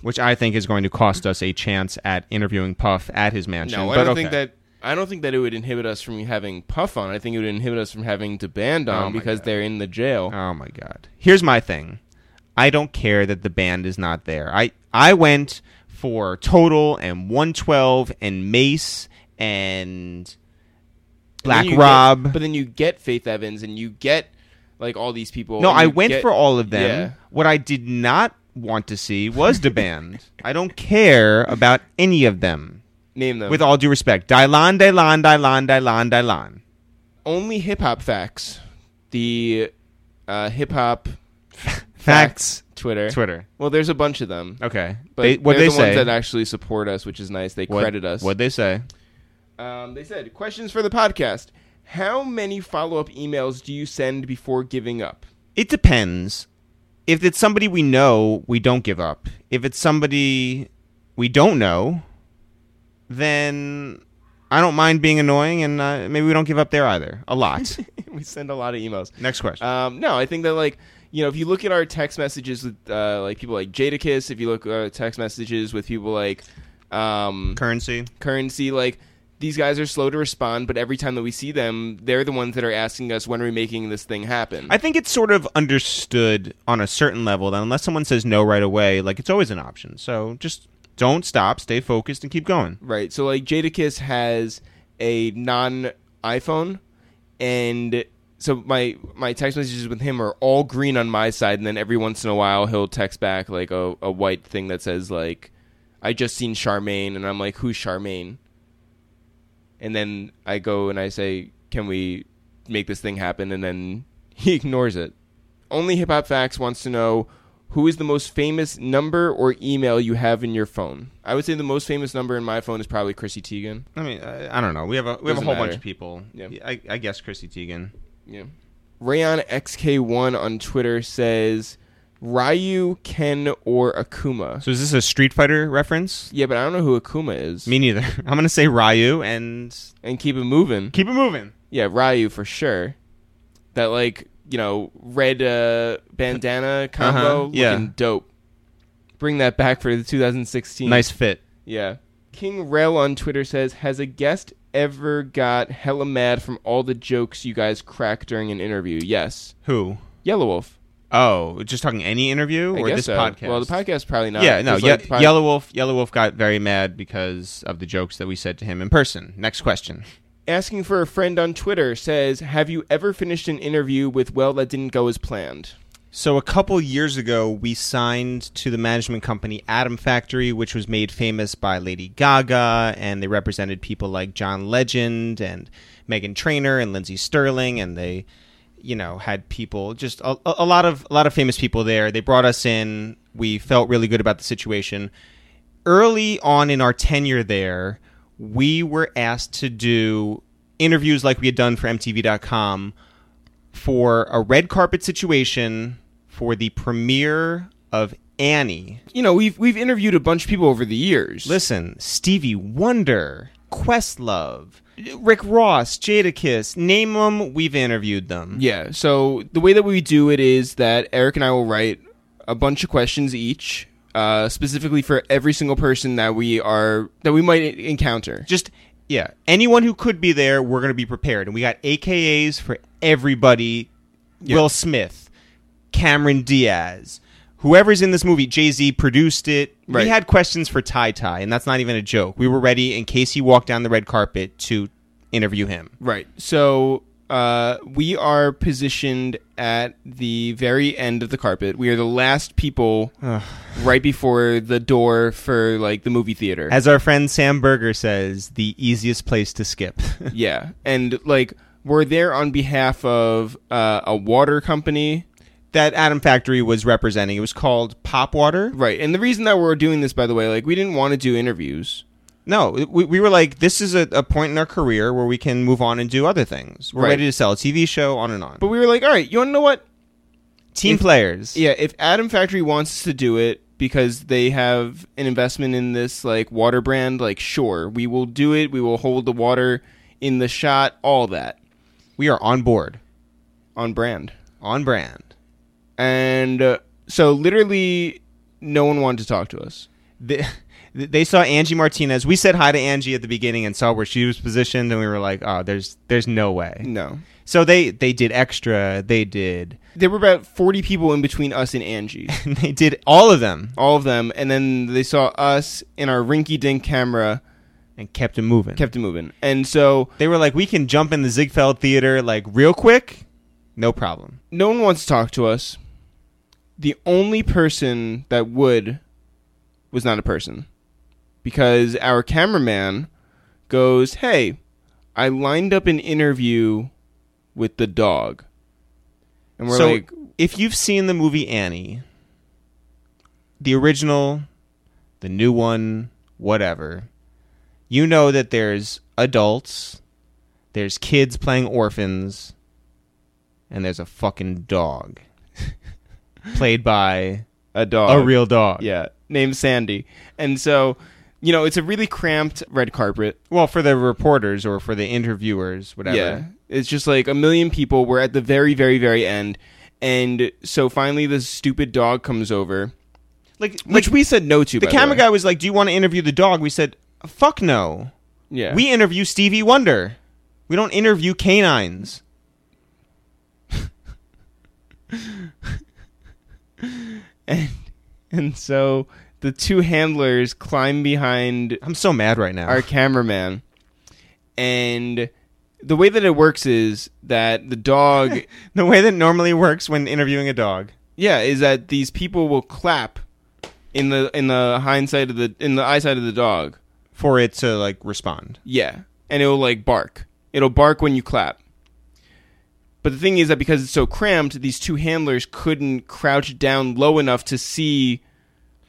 S1: which I think is going to cost us a chance at interviewing Puff at his mansion.
S2: No, I
S1: but
S2: don't
S1: okay.
S2: think that. I don't think that it would inhibit us from having Puff on. I think it would inhibit us from having the band on
S1: my
S2: because they're in the jail.
S1: Oh my god. Here's my thing. I don't care that the band is not there. I I went for Total and 112 and Mace and
S2: And then
S1: Black
S2: you get-
S1: Rob.
S2: but then you get Faith Evans and you get like all these people.
S1: No,
S2: and
S1: I
S2: you
S1: went
S2: get-
S1: for all of them.
S2: Yeah.
S1: What I did not want to see was the band. I don't care about any of them.
S2: Name them
S1: With all due respect, Dylan, Dylan, Dylan, Dylan, Dylan.
S2: only hip hop facts. The uh, hip hop
S1: Facts.
S2: Twitter.
S1: Twitter.
S2: Well, there's a bunch of them.
S1: Okay.
S2: But
S1: they, what
S2: they're
S1: they
S2: the
S1: say?
S2: ones that actually support us, which is nice. They
S1: what,
S2: credit us.
S1: What they say?
S2: Um, they said, questions for the podcast. How many follow-up emails do you send before giving up?
S1: It depends. If it's somebody we know, we don't give up. If it's somebody we don't know, then I don't mind being annoying, and uh, maybe we don't give up there either. A lot.
S2: we send a lot of emails.
S1: Next question.
S2: Um, no, I think that like you know if you look at our text messages with uh, like people like Jadakiss, if you look at our text messages with people like um,
S1: Currency.
S2: Currency, like these guys are slow to respond, but every time that we see them, they're the ones that are asking us when are we making this thing happen.
S1: I think it's sort of understood on a certain level that unless someone says no right away, like it's always an option. So just don't stop, stay focused, and keep going.
S2: Right. So like Jadakiss has a non iPhone and so my my text messages with him are all green on my side and then every once in a while he'll text back like a, a white thing that says like I just seen Charmaine and I'm like, Who's Charmaine? And then I go and I say, Can we make this thing happen? And then he ignores it. Only Hip Hop Facts wants to know who is the most famous number or email you have in your phone? I would say the most famous number in my phone is probably Chrissy Teigen.
S1: I mean, I, I don't know. We have a we have a
S2: Doesn't
S1: whole
S2: matter.
S1: bunch of people.
S2: Yeah.
S1: I, I guess Chrissy Teigen.
S2: Yeah. Rayon XK1 on Twitter says Ryu, Ken, or Akuma.
S1: So is this a Street Fighter reference?
S2: Yeah, but I don't know who Akuma is.
S1: Me neither. I'm gonna say Ryu and
S2: and keep it moving.
S1: keep it moving.
S2: Yeah, Ryu for sure. That like you know red uh, bandana combo
S1: Uh-huh, yeah.
S2: looking dope. Bring that back for the 2016.
S1: Nice fit.
S2: Yeah. King Rail on Twitter says, "Has a guest ever got hella mad from all the jokes you guys crack during an interview?" Yes.
S1: Who?
S2: Yellow Wolf.
S1: Oh, just talking any interview
S2: I
S1: or
S2: guess
S1: this
S2: so.
S1: podcast?
S2: Well, the podcast probably not.
S1: Yeah, no.
S2: It's
S1: Ye-
S2: like pod-
S1: Yellow Wolf. Yellow Wolf got very mad because of the jokes that we said to him in person. Next question.
S2: asking for a friend on Twitter says, "Have you ever finished an interview with well that didn't go as planned?"
S1: So a couple years ago, we signed to the management company Atom Factory, which was made famous by Lady Gaga, and they represented people like John Legend and Megan Trainor and Lindsey Sterling, and they, you know, had people just a, a a lot of a lot of famous people there. They brought us in. We felt really good about the situation. Early on in our tenure there, we were asked to do interviews like we had done for MTV.com for a red carpet situation for the premiere of Annie.
S2: You know, we've we've interviewed a bunch of people over the years.
S1: Listen, Stevie Wonder, Questlove, Rick Ross, Jadakiss, name them, we've interviewed them.
S2: Yeah. So the way that we do it is that Eric and I will write a bunch of questions each, uh, specifically for every single person that we are that we might e- encounter.
S1: Just, yeah, anyone who could be there, we're going to be prepared. And we got AKAs for everybody Will Smith, Cameron Diaz. Whoever's in this movie, Jay Z produced it.
S2: Right.
S1: We had questions for Ty Ty, and that's not even a joke. We were ready in case he walked down the red carpet to interview him.
S2: Right. So uh, we are positioned at the very end of the carpet. We are the last people right before the door for like the movie theater.
S1: As our friend Sam Berger says, the easiest place to skip.
S2: yeah, and like we're there on behalf of uh, a water company.
S1: that Atom Factory was representing. It was called Pop Water.
S2: Right. And the reason that we're doing this, by the way, like we didn't want to do interviews.
S1: No, we, we were like, this is a, a point in our career where we can move on and do other things. We're
S2: Right.
S1: ready to sell a TV show, on and on.
S2: But we were like, all right, you want to know what?
S1: Team players.
S2: Yeah, if Adam Factory wants us to do it because they have an investment in this like water brand, like sure, we will do it. We will hold the water in the shot, all that
S1: We are on board,
S2: on brand.
S1: on brand.
S2: And uh, so literally no one wanted to talk to us.
S1: They, they saw Angie Martinez. We said hi to Angie at the beginning and saw where she was positioned, and we were like, oh, there's there's no way.
S2: No.
S1: So they, they did extra. They did.
S2: There were about 40 people in between us and Angie.
S1: And they did all of them
S2: all of them, and then they saw us in our rinky-dink camera
S1: and kept it moving.
S2: kept it moving. And so
S1: They were like, we can jump in the Ziegfeld Theater like real quick, no problem.
S2: no one wants to talk to us. The only person that would was not a person because our cameraman goes, Hey, I lined up an interview with the dog. And we're
S1: so
S2: like,
S1: if you've seen the movie Annie, the original, the new one, whatever, you know that there's adults, there's kids playing orphans, and there's a fucking dog played by
S2: A dog.
S1: a real dog.
S2: Yeah, named Sandy. And so, you know, it's a really cramped red carpet.
S1: Well, for the reporters or for the interviewers, whatever.
S2: Yeah. It's just like a million people. We're at the very, very, very end. And so finally, this stupid dog comes over,
S1: Like,
S2: which
S1: like
S2: we said no to.
S1: the
S2: by
S1: camera
S2: way.
S1: guy was like, "Do you want to interview the dog?" We said, "Fuck no."
S2: Yeah.
S1: We interview Stevie Wonder. We don't interview canines.
S2: and so the two handlers climb behind
S1: I'm so mad right now.
S2: our cameraman. And the way that it works is that the dog,
S1: the way that normally works when interviewing a dog.
S2: yeah, is that these people will clap in the in the hindsight of the in the eyesight of the dog.
S1: for it to like respond.
S2: Yeah. And it'll like bark. It'll bark when you clap. But the thing is that because it's so cramped, these two handlers couldn't crouch down low enough to see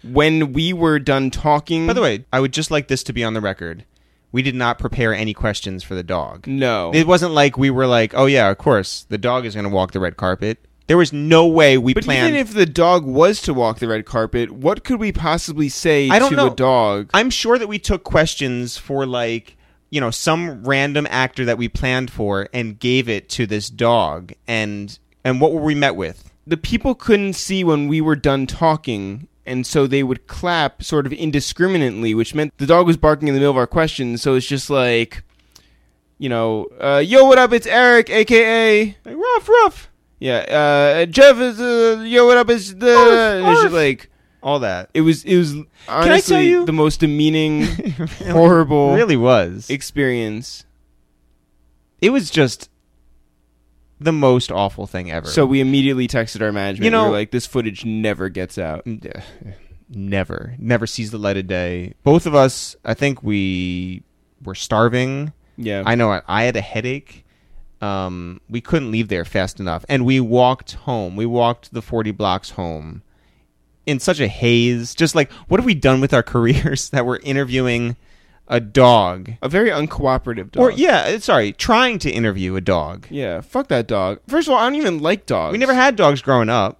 S2: when we were done talking.
S1: By the way, I would just like this to be on the record. We did not prepare any questions for the dog.
S2: no.
S1: It wasn't like we were like, "Oh yeah, of course, the dog is going to walk the red carpet." There was no way we
S2: but
S1: planned.
S2: even if the dog was to walk the red carpet, what could we possibly say
S1: I don't
S2: to
S1: know.
S2: a dog?
S1: I'm sure that we took questions for like, you know, some random actor that we planned for and gave it to this dog and and what were we met with?
S2: the people couldn't see when we were done talking, and so they would clap sort of indiscriminately, which meant the dog was barking in the middle of our questions. So it's just like, you know, uh, yo, what up? It's Eric, aka
S1: Like, ruff, ruff.
S2: yeah, uh, Jeff is uh, yo, what up? It's the
S1: Arf,
S2: and it's
S1: arf.
S2: just like
S1: All that.
S2: it was it was honestly
S1: tell you-
S2: the most demeaning, horrible
S1: really was.
S2: experience.
S1: It was just the most awful thing ever.
S2: So we immediately texted our management.
S1: You know-
S2: we were like this footage never gets out.
S1: never never sees the light of day both of us i think we were starving
S2: Yeah,
S1: i know I- i had a headache um, we couldn't leave there fast enough and we walked home we walked the 40 blocks home in such a haze just like what have we done with our careers that we're interviewing a dog,
S2: a very uncooperative dog.
S1: or yeah uh, sorry trying to interview a dog
S2: Yeah, fuck that dog. First of all, I don't even like dogs.
S1: we never had dogs growing up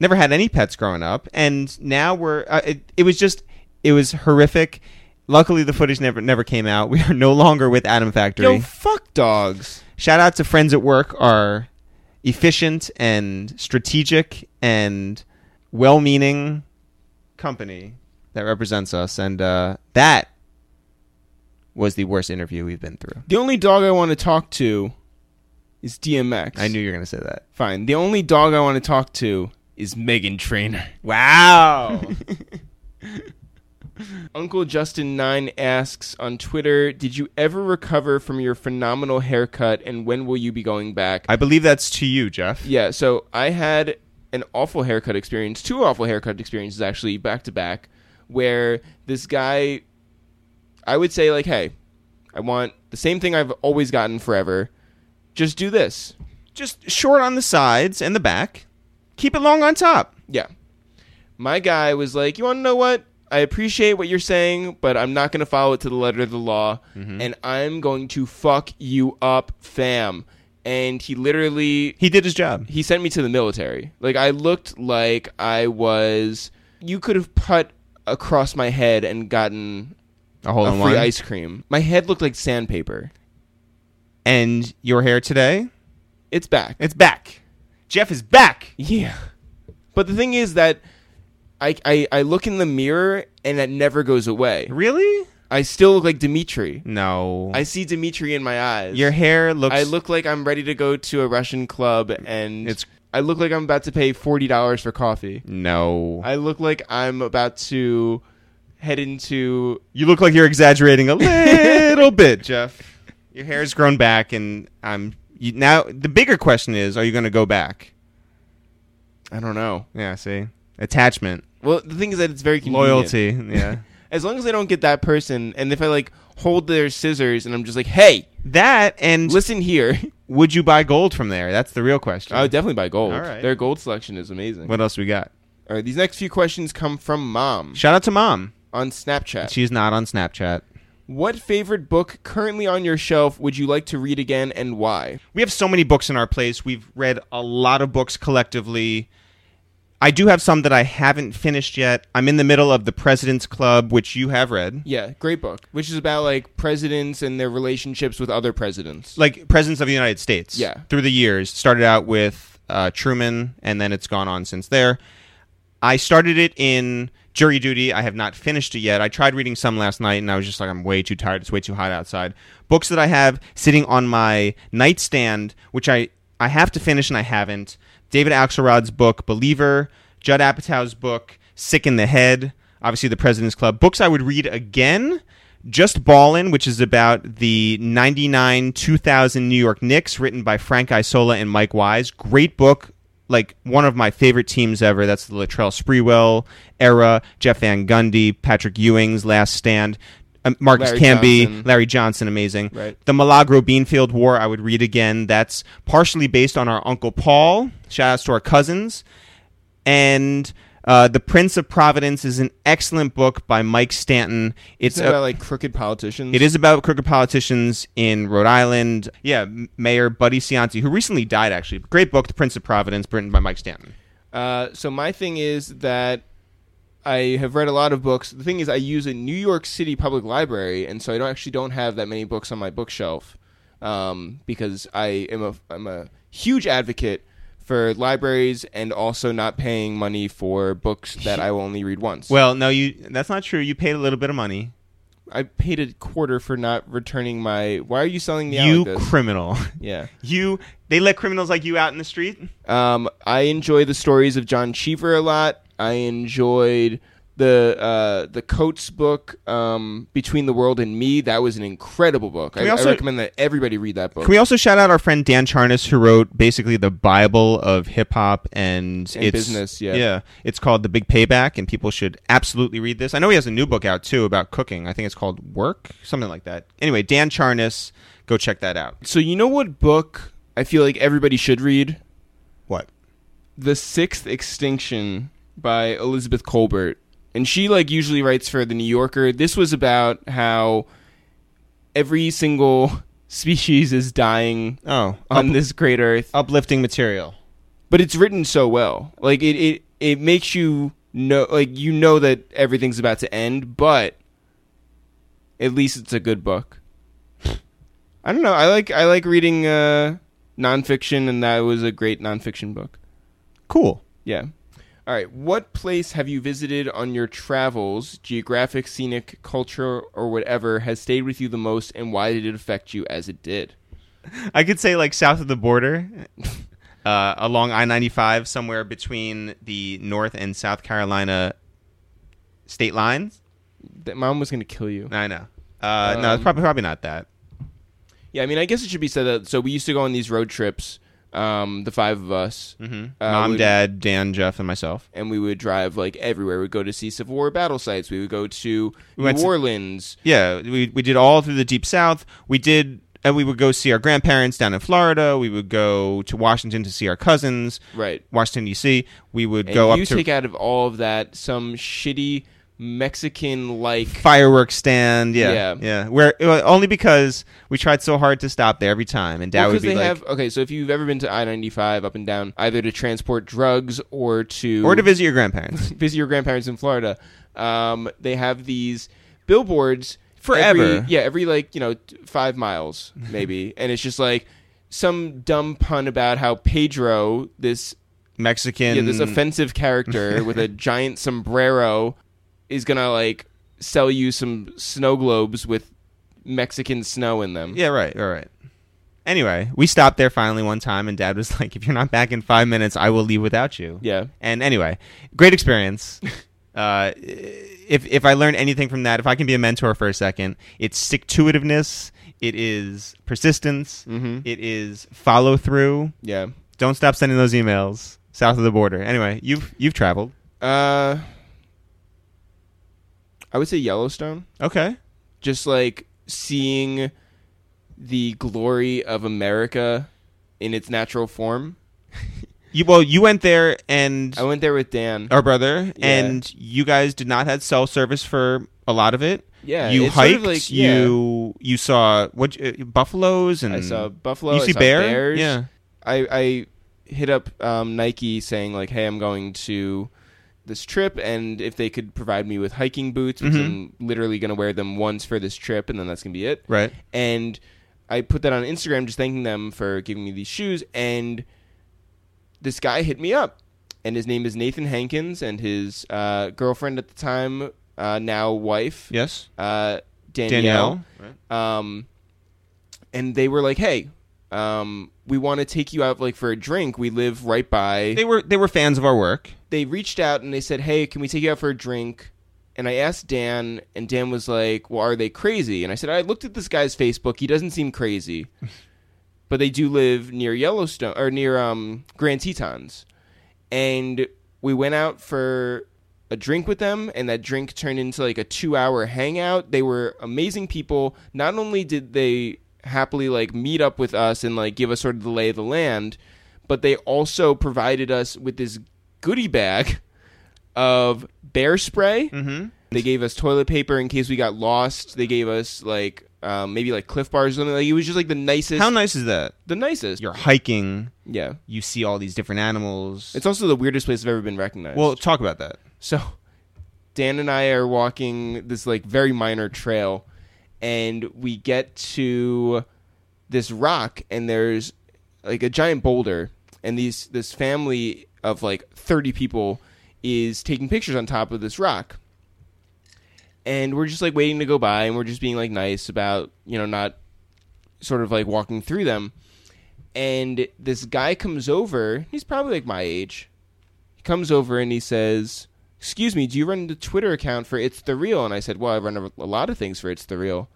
S1: never had any pets growing up and now we're uh, it, it was just it was horrific luckily the footage never never came out we are no longer with adam factory
S2: Yo, fuck dogs.
S1: shout out to friends at work are efficient and strategic and well-meaning company that represents us and uh, that was the worst interview we've been through
S2: The only dog I want to talk to is DMX.
S1: i knew you were going to say that
S2: Fine. The only dog I want to talk to is Megan Trainer.
S1: wow
S2: Uncle Justin Nine asks on Twitter, "Did you ever recover from your phenomenal haircut, and when will you be going back?"
S1: i believe that's to you jeff
S2: Yeah, so I had an awful haircut experience, two awful haircut experiences actually back to back, where this guy, I would say like, hey, I want the same thing I've always gotten forever. Just do this.
S1: just short on the sides and the back. Keep it long on top.
S2: Yeah. My guy was like, you want to know what? I appreciate what you're saying, but I'm not going to follow it to the letter of the law, and I'm going to fuck you up, fam. And he literally
S1: He did his job.
S2: he sent me to the military. Like I looked like I was. You could have put across my head and gotten
S1: A hole
S2: a
S1: in
S2: free
S1: one.
S2: ice cream. My head looked like sandpaper.
S1: And your hair today?
S2: It's back.
S1: It's back. Jeff is back.
S2: yeah. But the thing is that I, I I look in the mirror and that never goes away.
S1: Really?
S2: I still look like Dimitri.
S1: No.
S2: I see Dimitri in my eyes.
S1: your hair looks.
S2: I look like I'm ready to go to a Russian club and
S1: It's-
S2: I look like I'm about to pay forty dollars for coffee.
S1: No.
S2: I look like I'm about to head into
S1: you look like you're exaggerating a little bit, Jeff. Your hair's grown back, and I'm. You, now, the bigger question is are you going to go back?
S2: I don't know.
S1: Yeah, see? Attachment,
S2: Well, the thing is that it's very convenient.
S1: loyalty. Yeah.
S2: As long as I don't get that person, and if I like hold their scissors and I'm just like, "Hey,
S1: that, and
S2: listen here,"
S1: would you buy gold from there? That's the real question.
S2: I would definitely buy gold.
S1: All right.
S2: Their gold selection is amazing.
S1: what else we got?
S2: All right, these next few questions come from mom
S1: Shout out to mom.
S2: on Snapchat.
S1: She's not on Snapchat.
S2: what favorite book currently on your shelf would you like to read again, and why?
S1: We have so many books in our place. We've read a lot of books collectively. I do have some that I haven't finished yet. I'm in the middle of The President's Club, which you have read.
S2: Yeah, great book, which is about like presidents and their relationships with other presidents.
S1: Like Presidents of the United States.
S2: Yeah.
S1: Through the years. Started out with uh, Truman, and then it's gone on since there. I started it in Jury Duty, I have not finished it yet. I tried reading some last night and I was just like, I'm way too tired. It's way too hot outside. Books that I have sitting on my nightstand, which I, I have to finish and I haven't. David Axelrod's book, Believer, Judd Apatow's book, Sick in the Head, obviously The President's Club. Books I would read again. Just Ballin', which is about the 99 2000 New York Knicks, written by Frank Isola and Mike Wise. Great book like one of my favorite teams ever. That's the Latrell Sprewell era, Jeff Van Gundy, Patrick Ewing's last stand, um, Marcus
S2: Larry
S1: Camby,
S2: Johnson.
S1: Larry Johnson, amazing.
S2: Right.
S1: The Milagro Beanfield War, I would read again. That's partially based on our Uncle Paul. Shout outs to our cousins. And uh, The Prince of Providence is an excellent book by Mike Stanton. It's
S2: It's
S1: a-
S2: about like crooked politicians.
S1: it is about crooked politicians in Rhode Island. Yeah, M- Mayor Buddy Cianti, who recently died, actually. Great book, The Prince of Providence, written by Mike Stanton.
S2: Uh, so my thing is that I have read a lot of books. The thing is, I use a New York City public library, and so I don't actually don't have that many books on my bookshelf um, because I am a I'm a huge advocate for libraries and also not paying money for books that I will only read once.
S1: Well, no, you. That's not true. You paid a little bit of money.
S2: I paid a quarter for not returning my. Why are you selling me
S1: you
S2: out like this?
S1: criminal.
S2: yeah.
S1: You. They let criminals like you out in the street.
S2: Um, I enjoy the stories of John Cheever a lot. I enjoyed the uh, the Coates book, um, Between the World and Me. That was an incredible book. I,
S1: we
S2: I
S1: also-
S2: recommend that everybody read that book.
S1: Can we also shout out our friend Dan Charnas, who wrote basically the Bible of hip hop and,
S2: And
S1: it's,
S2: business, yeah.
S1: yeah. It's called The Big Payback, and people should absolutely read this. I know he has a new book out too about cooking. I think it's called Work, something like that. Anyway, Dan Charnas, go check that out.
S2: so you know what book I feel like everybody should read?
S1: What?
S2: The Sixth Extinction by Elizabeth Colbert. And she like usually writes for the New Yorker. This was about how every single species is dying
S1: Oh, up-
S2: on this great earth.
S1: uplifting material.
S2: but it's written so well. Like it, it, it makes you know, like you know that everything's about to end, but at least it's a good book. I don't know. I like I like reading uh, nonfiction, and that was a great nonfiction book.
S1: Cool.
S2: Yeah. All right. What place have you visited on your travels, geographic, scenic, culture, or whatever, has stayed with you the most, and why did it affect you as it did?
S1: I could say like south of the border, uh, along I ninety five, somewhere between the North and South Carolina state lines.
S2: That mom was gonna kill you.
S1: I know. Uh, no, it's
S2: Um,
S1: probably probably not that.
S2: Yeah, I mean, I guess it should be said that. So we used to go on these road trips, um, the five of us,
S1: hmm
S2: Uh,
S1: Mom,
S2: we-
S1: Dad, Dan, Jeff, and myself.
S2: and we would drive like everywhere. We'd go to see Civil War battle sites. We would go to
S1: We went
S2: New
S1: to-
S2: Orleans.
S1: Yeah, we we did all through the deep south. We did. And we would go see our grandparents down in Florida. We would go to Washington to see our cousins,
S2: right.
S1: Washington D.C. We would
S2: And
S1: go up
S2: you
S1: to
S2: take out of all of that some shitty Mexican like.
S1: fireworks stand. Yeah,
S2: Yeah.
S1: yeah, Where uh, only because we tried so hard to stop there every time, and Dad
S2: Well,
S1: would
S2: 'cause
S1: be
S2: they
S1: like,
S2: have okay. So if you've ever been to I ninety five up and down, either to transport drugs or to
S1: or to visit your grandparents.
S2: visit your grandparents in Florida, um, they have these billboards
S1: Forever.
S2: every- yeah, every like you know t- five miles maybe, and it's just like some dumb pun about how Pedro, this
S1: Mexican.
S2: yeah, this offensive character with a giant sombrero, is gonna like sell you some snow globes with Mexican snow in them.
S1: Yeah, right, all right. Anyway, we stopped there finally one time, and Dad was like, "If you're not back in five minutes, I will leave without you."
S2: Yeah.
S1: And anyway, great experience. uh, if if I learned anything from that, if I can be a mentor for a second, it's stick to itiveness. It is persistence.
S2: Mhm.
S1: It is follow through.
S2: yeah.
S1: Don't stop sending those emails south of the border. Anyway, you've you've traveled.
S2: Uh, I would say Yellowstone.
S1: Okay.
S2: just like seeing the glory of America in its natural form.
S1: You well, you went there and
S2: I went there with Dan.
S1: our brother,
S2: Yeah.
S1: and you guys did not had cell service for a lot of it.
S2: Yeah,
S1: you
S2: it's sort
S1: hiked.
S2: of like-
S1: you you saw what uh, buffaloes and
S2: I saw buffalo.
S1: You
S2: I
S1: see
S2: saw
S1: bear?
S2: bears.
S1: Yeah.
S2: I I hit up um, Nike saying like, "Hey, I'm going to this trip, and if they could provide me with hiking boots, because
S1: Mhm.
S2: I'm literally going to wear them once for this trip, and then that's going to be it."
S1: Right.
S2: and I put that on Instagram, just thanking them for giving me these shoes. And this guy hit me up, and his name is Nathan Hankins, and his uh, girlfriend at the time, uh, now wife,
S1: Yes.
S2: uh, Danielle.
S1: Danielle.
S2: Um, and they were like, "Hey, um, we want to take you out like for a drink. We live right by."
S1: They were they were fans of our work.
S2: they reached out and they said, "Hey, can we take you out for a drink?" And I asked Dan, and Dan was like, "Well, are they crazy?" And I said, "I looked at this guy's Facebook. He doesn't seem crazy, but they do live near Yellowstone or near um, Grand Tetons." And we went out for a drink with them, and that drink turned into like a two-hour hangout. They were amazing people. Not only did they happily like meet up with us and like give us sort of the lay of the land, but they also provided us with this goodie bag of bear spray. Mm-hmm. They gave us toilet paper in case we got lost. They gave us like um, maybe like Cliff Bars or something. Like it was just like the nicest,
S1: How nice is that?
S2: the nicest.
S1: You're hiking.
S2: Yeah,
S1: You see all these different animals.
S2: it's also the weirdest place I've ever been recognized.
S1: well, talk about that.
S2: So Dan and I are walking this like very minor trail and we get to this rock and there's like a giant boulder and these this family of like 30 people is taking pictures on top of this rock. And we're just like waiting to go by and we're just being like nice about, you know, not sort of like walking through them. And this guy comes over, he's probably like my age, comes over and he says, "Excuse me, do you run the Twitter account for It's the Real?" And I said, "Well, I run a, a lot of things for It's the Real."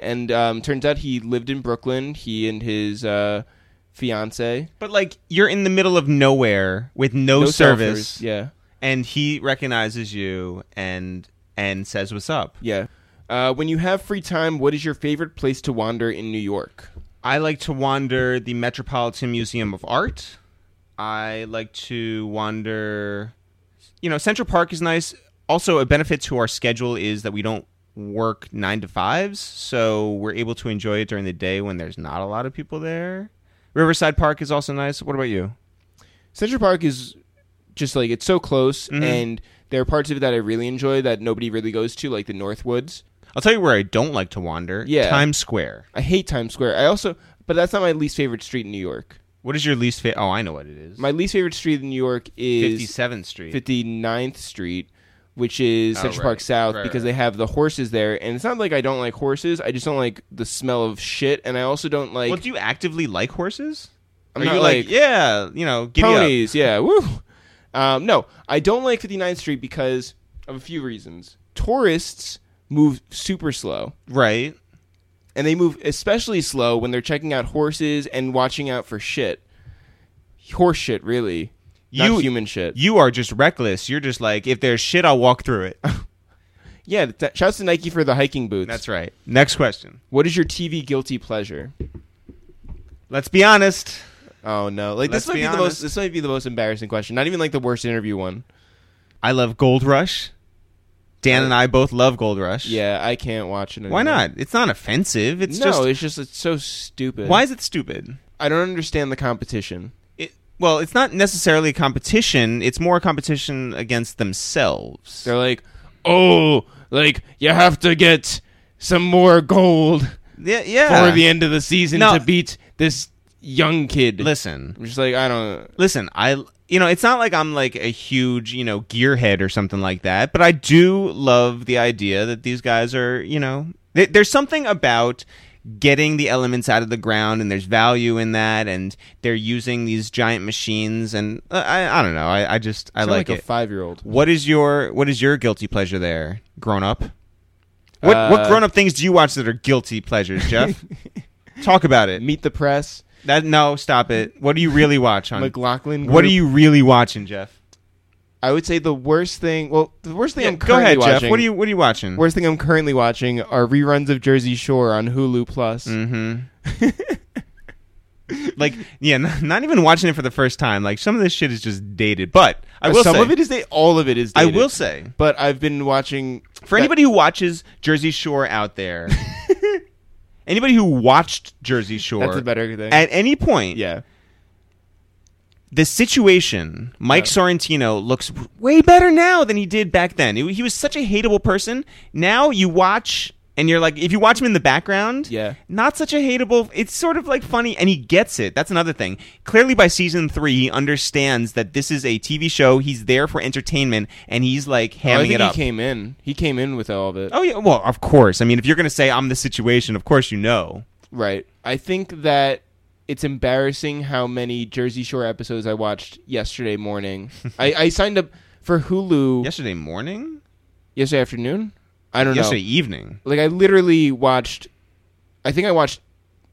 S2: And um, turns out he lived in Brooklyn. He and his uh, fiance,
S1: But like you're in the middle of nowhere with no,
S2: No
S1: service.
S2: surfers. Yeah,
S1: And he recognizes you and and says what's up.
S2: yeah. Uh, when you have free time, what is your favorite place to wander in New York?
S1: I like to wander the Metropolitan Museum of Art. I like to wander. You know, Central Park is nice. Also, a benefit to our schedule is that we don't work nine to fives, so we're able to enjoy it during the day when there's not a lot of people there. Riverside Park is also nice. What about you?
S2: Central Park is just like it's so close, and there are parts of it that I really enjoy that nobody really goes to, like the Northwoods.
S1: I'll tell you where I don't like to wander.
S2: Yeah.
S1: Times Square.
S2: I hate Times Square. I also, but that's not my least favorite street in New York.
S1: What is your least favorite? Oh, I know what it is.
S2: My least favorite street in New York is
S1: 57th Street.
S2: 59th Street, which is Central
S1: Oh, right.
S2: Park South,
S1: Right,
S2: because
S1: right.
S2: they have the horses there. And it's not like I don't like horses. I just don't like the smell of shit. And I also don't like
S1: well, do you actively like horses?
S2: I'm
S1: Are
S2: not
S1: you
S2: like-
S1: yeah, you know, giddy up.
S2: ponies. Yeah, woo. Um, no, I don't like 59th Street because of a few reasons. Tourists move super slow.
S1: Right.
S2: and they move especially slow when they're checking out horses and watching out for shit. Horse shit, really.
S1: You-
S2: Not human shit.
S1: You are just reckless. You're just like, if there's shit, I'll walk through it.
S2: yeah, th- shouts to Nike for the hiking boots.
S1: That's right. Next question.
S2: What is your TV guilty pleasure?
S1: Let's be honest.
S2: Oh no! Like
S1: Let's
S2: this might
S1: be
S2: be, the most.
S1: honest.
S2: This might be the most embarrassing question. Not even like the worst interview one.
S1: I love Gold Rush. Dan and I both love Gold Rush.
S2: Yeah, I can't watch it. Anymore.
S1: Why not? It's not offensive. It's
S2: no,
S1: just
S2: it's just it's so stupid.
S1: why is it stupid?
S2: I don't understand the competition.
S1: It, well, it's not necessarily a competition. It's more a competition against themselves.
S2: They're like, oh, like you have to get some more gold.
S1: yeah, yeah.
S2: before the end of the season
S1: No.
S2: to beat this young kid.
S1: listen,
S2: I'm just like I don't.
S1: listen. I you know, it's not like I'm like a huge you know gearhead or something like that, but I do love the idea that these guys are you know th- there's something about getting the elements out of the ground and there's value in that and they're using these giant machines and uh, I I don't know I, I just I
S2: I'm
S1: like,
S2: a
S1: it.
S2: five year old.
S1: what is your what is your guilty pleasure there, grown up? What what
S2: Uh,
S1: grown up things do you watch that are guilty pleasures, Jeff? Talk about it.
S2: Meet the press.
S1: That no, stop it. What do you really watch on
S2: McLaughlin.
S1: What are
S2: Group.
S1: you really watching, Jeff?
S2: I would say the worst thing. Well, the worst thing I'm
S1: go
S2: currently
S1: ahead,
S2: watching,
S1: Jeff. What are you What are you watching?
S2: Worst thing I'm currently watching are reruns of Jersey Shore on Hulu Plus.
S1: Mm-hmm. like, yeah, n- not even watching it for the first time. Like, some of this shit is just dated. But I will
S2: Uh, Some
S1: say,
S2: of it is dated. All of it is.
S1: I
S2: Dated.
S1: will say,
S2: But I've been watching
S1: for
S2: that-
S1: anybody who watches Jersey Shore out there, anybody who watched Jersey Shore,
S2: That's a better thing.
S1: At any point,
S2: yeah.
S1: the situation, Mike Sorrentino looks w- way better now than he did back then. He, he was such a hateable person. Now you watch and you're like, if you watch him in the background,
S2: Yeah.
S1: not such a hateable. It's sort of like funny, and he gets it. That's another thing. Clearly, by season three, he understands that this is a TV show. He's there for entertainment, and he's like
S2: Oh, I
S1: hamming
S2: think
S1: it up.
S2: he came in. He came in with all of it.
S1: oh yeah, well, of course. I mean, if you're gonna say I'm the situation, of course you know.
S2: Right. I think that it's embarrassing how many Jersey Shore episodes I watched yesterday morning. I, I signed up for Hulu
S1: Yesterday morning,
S2: yesterday afternoon. I don't
S1: yesterday
S2: know.
S1: evening.
S2: Like I literally watched. I think I watched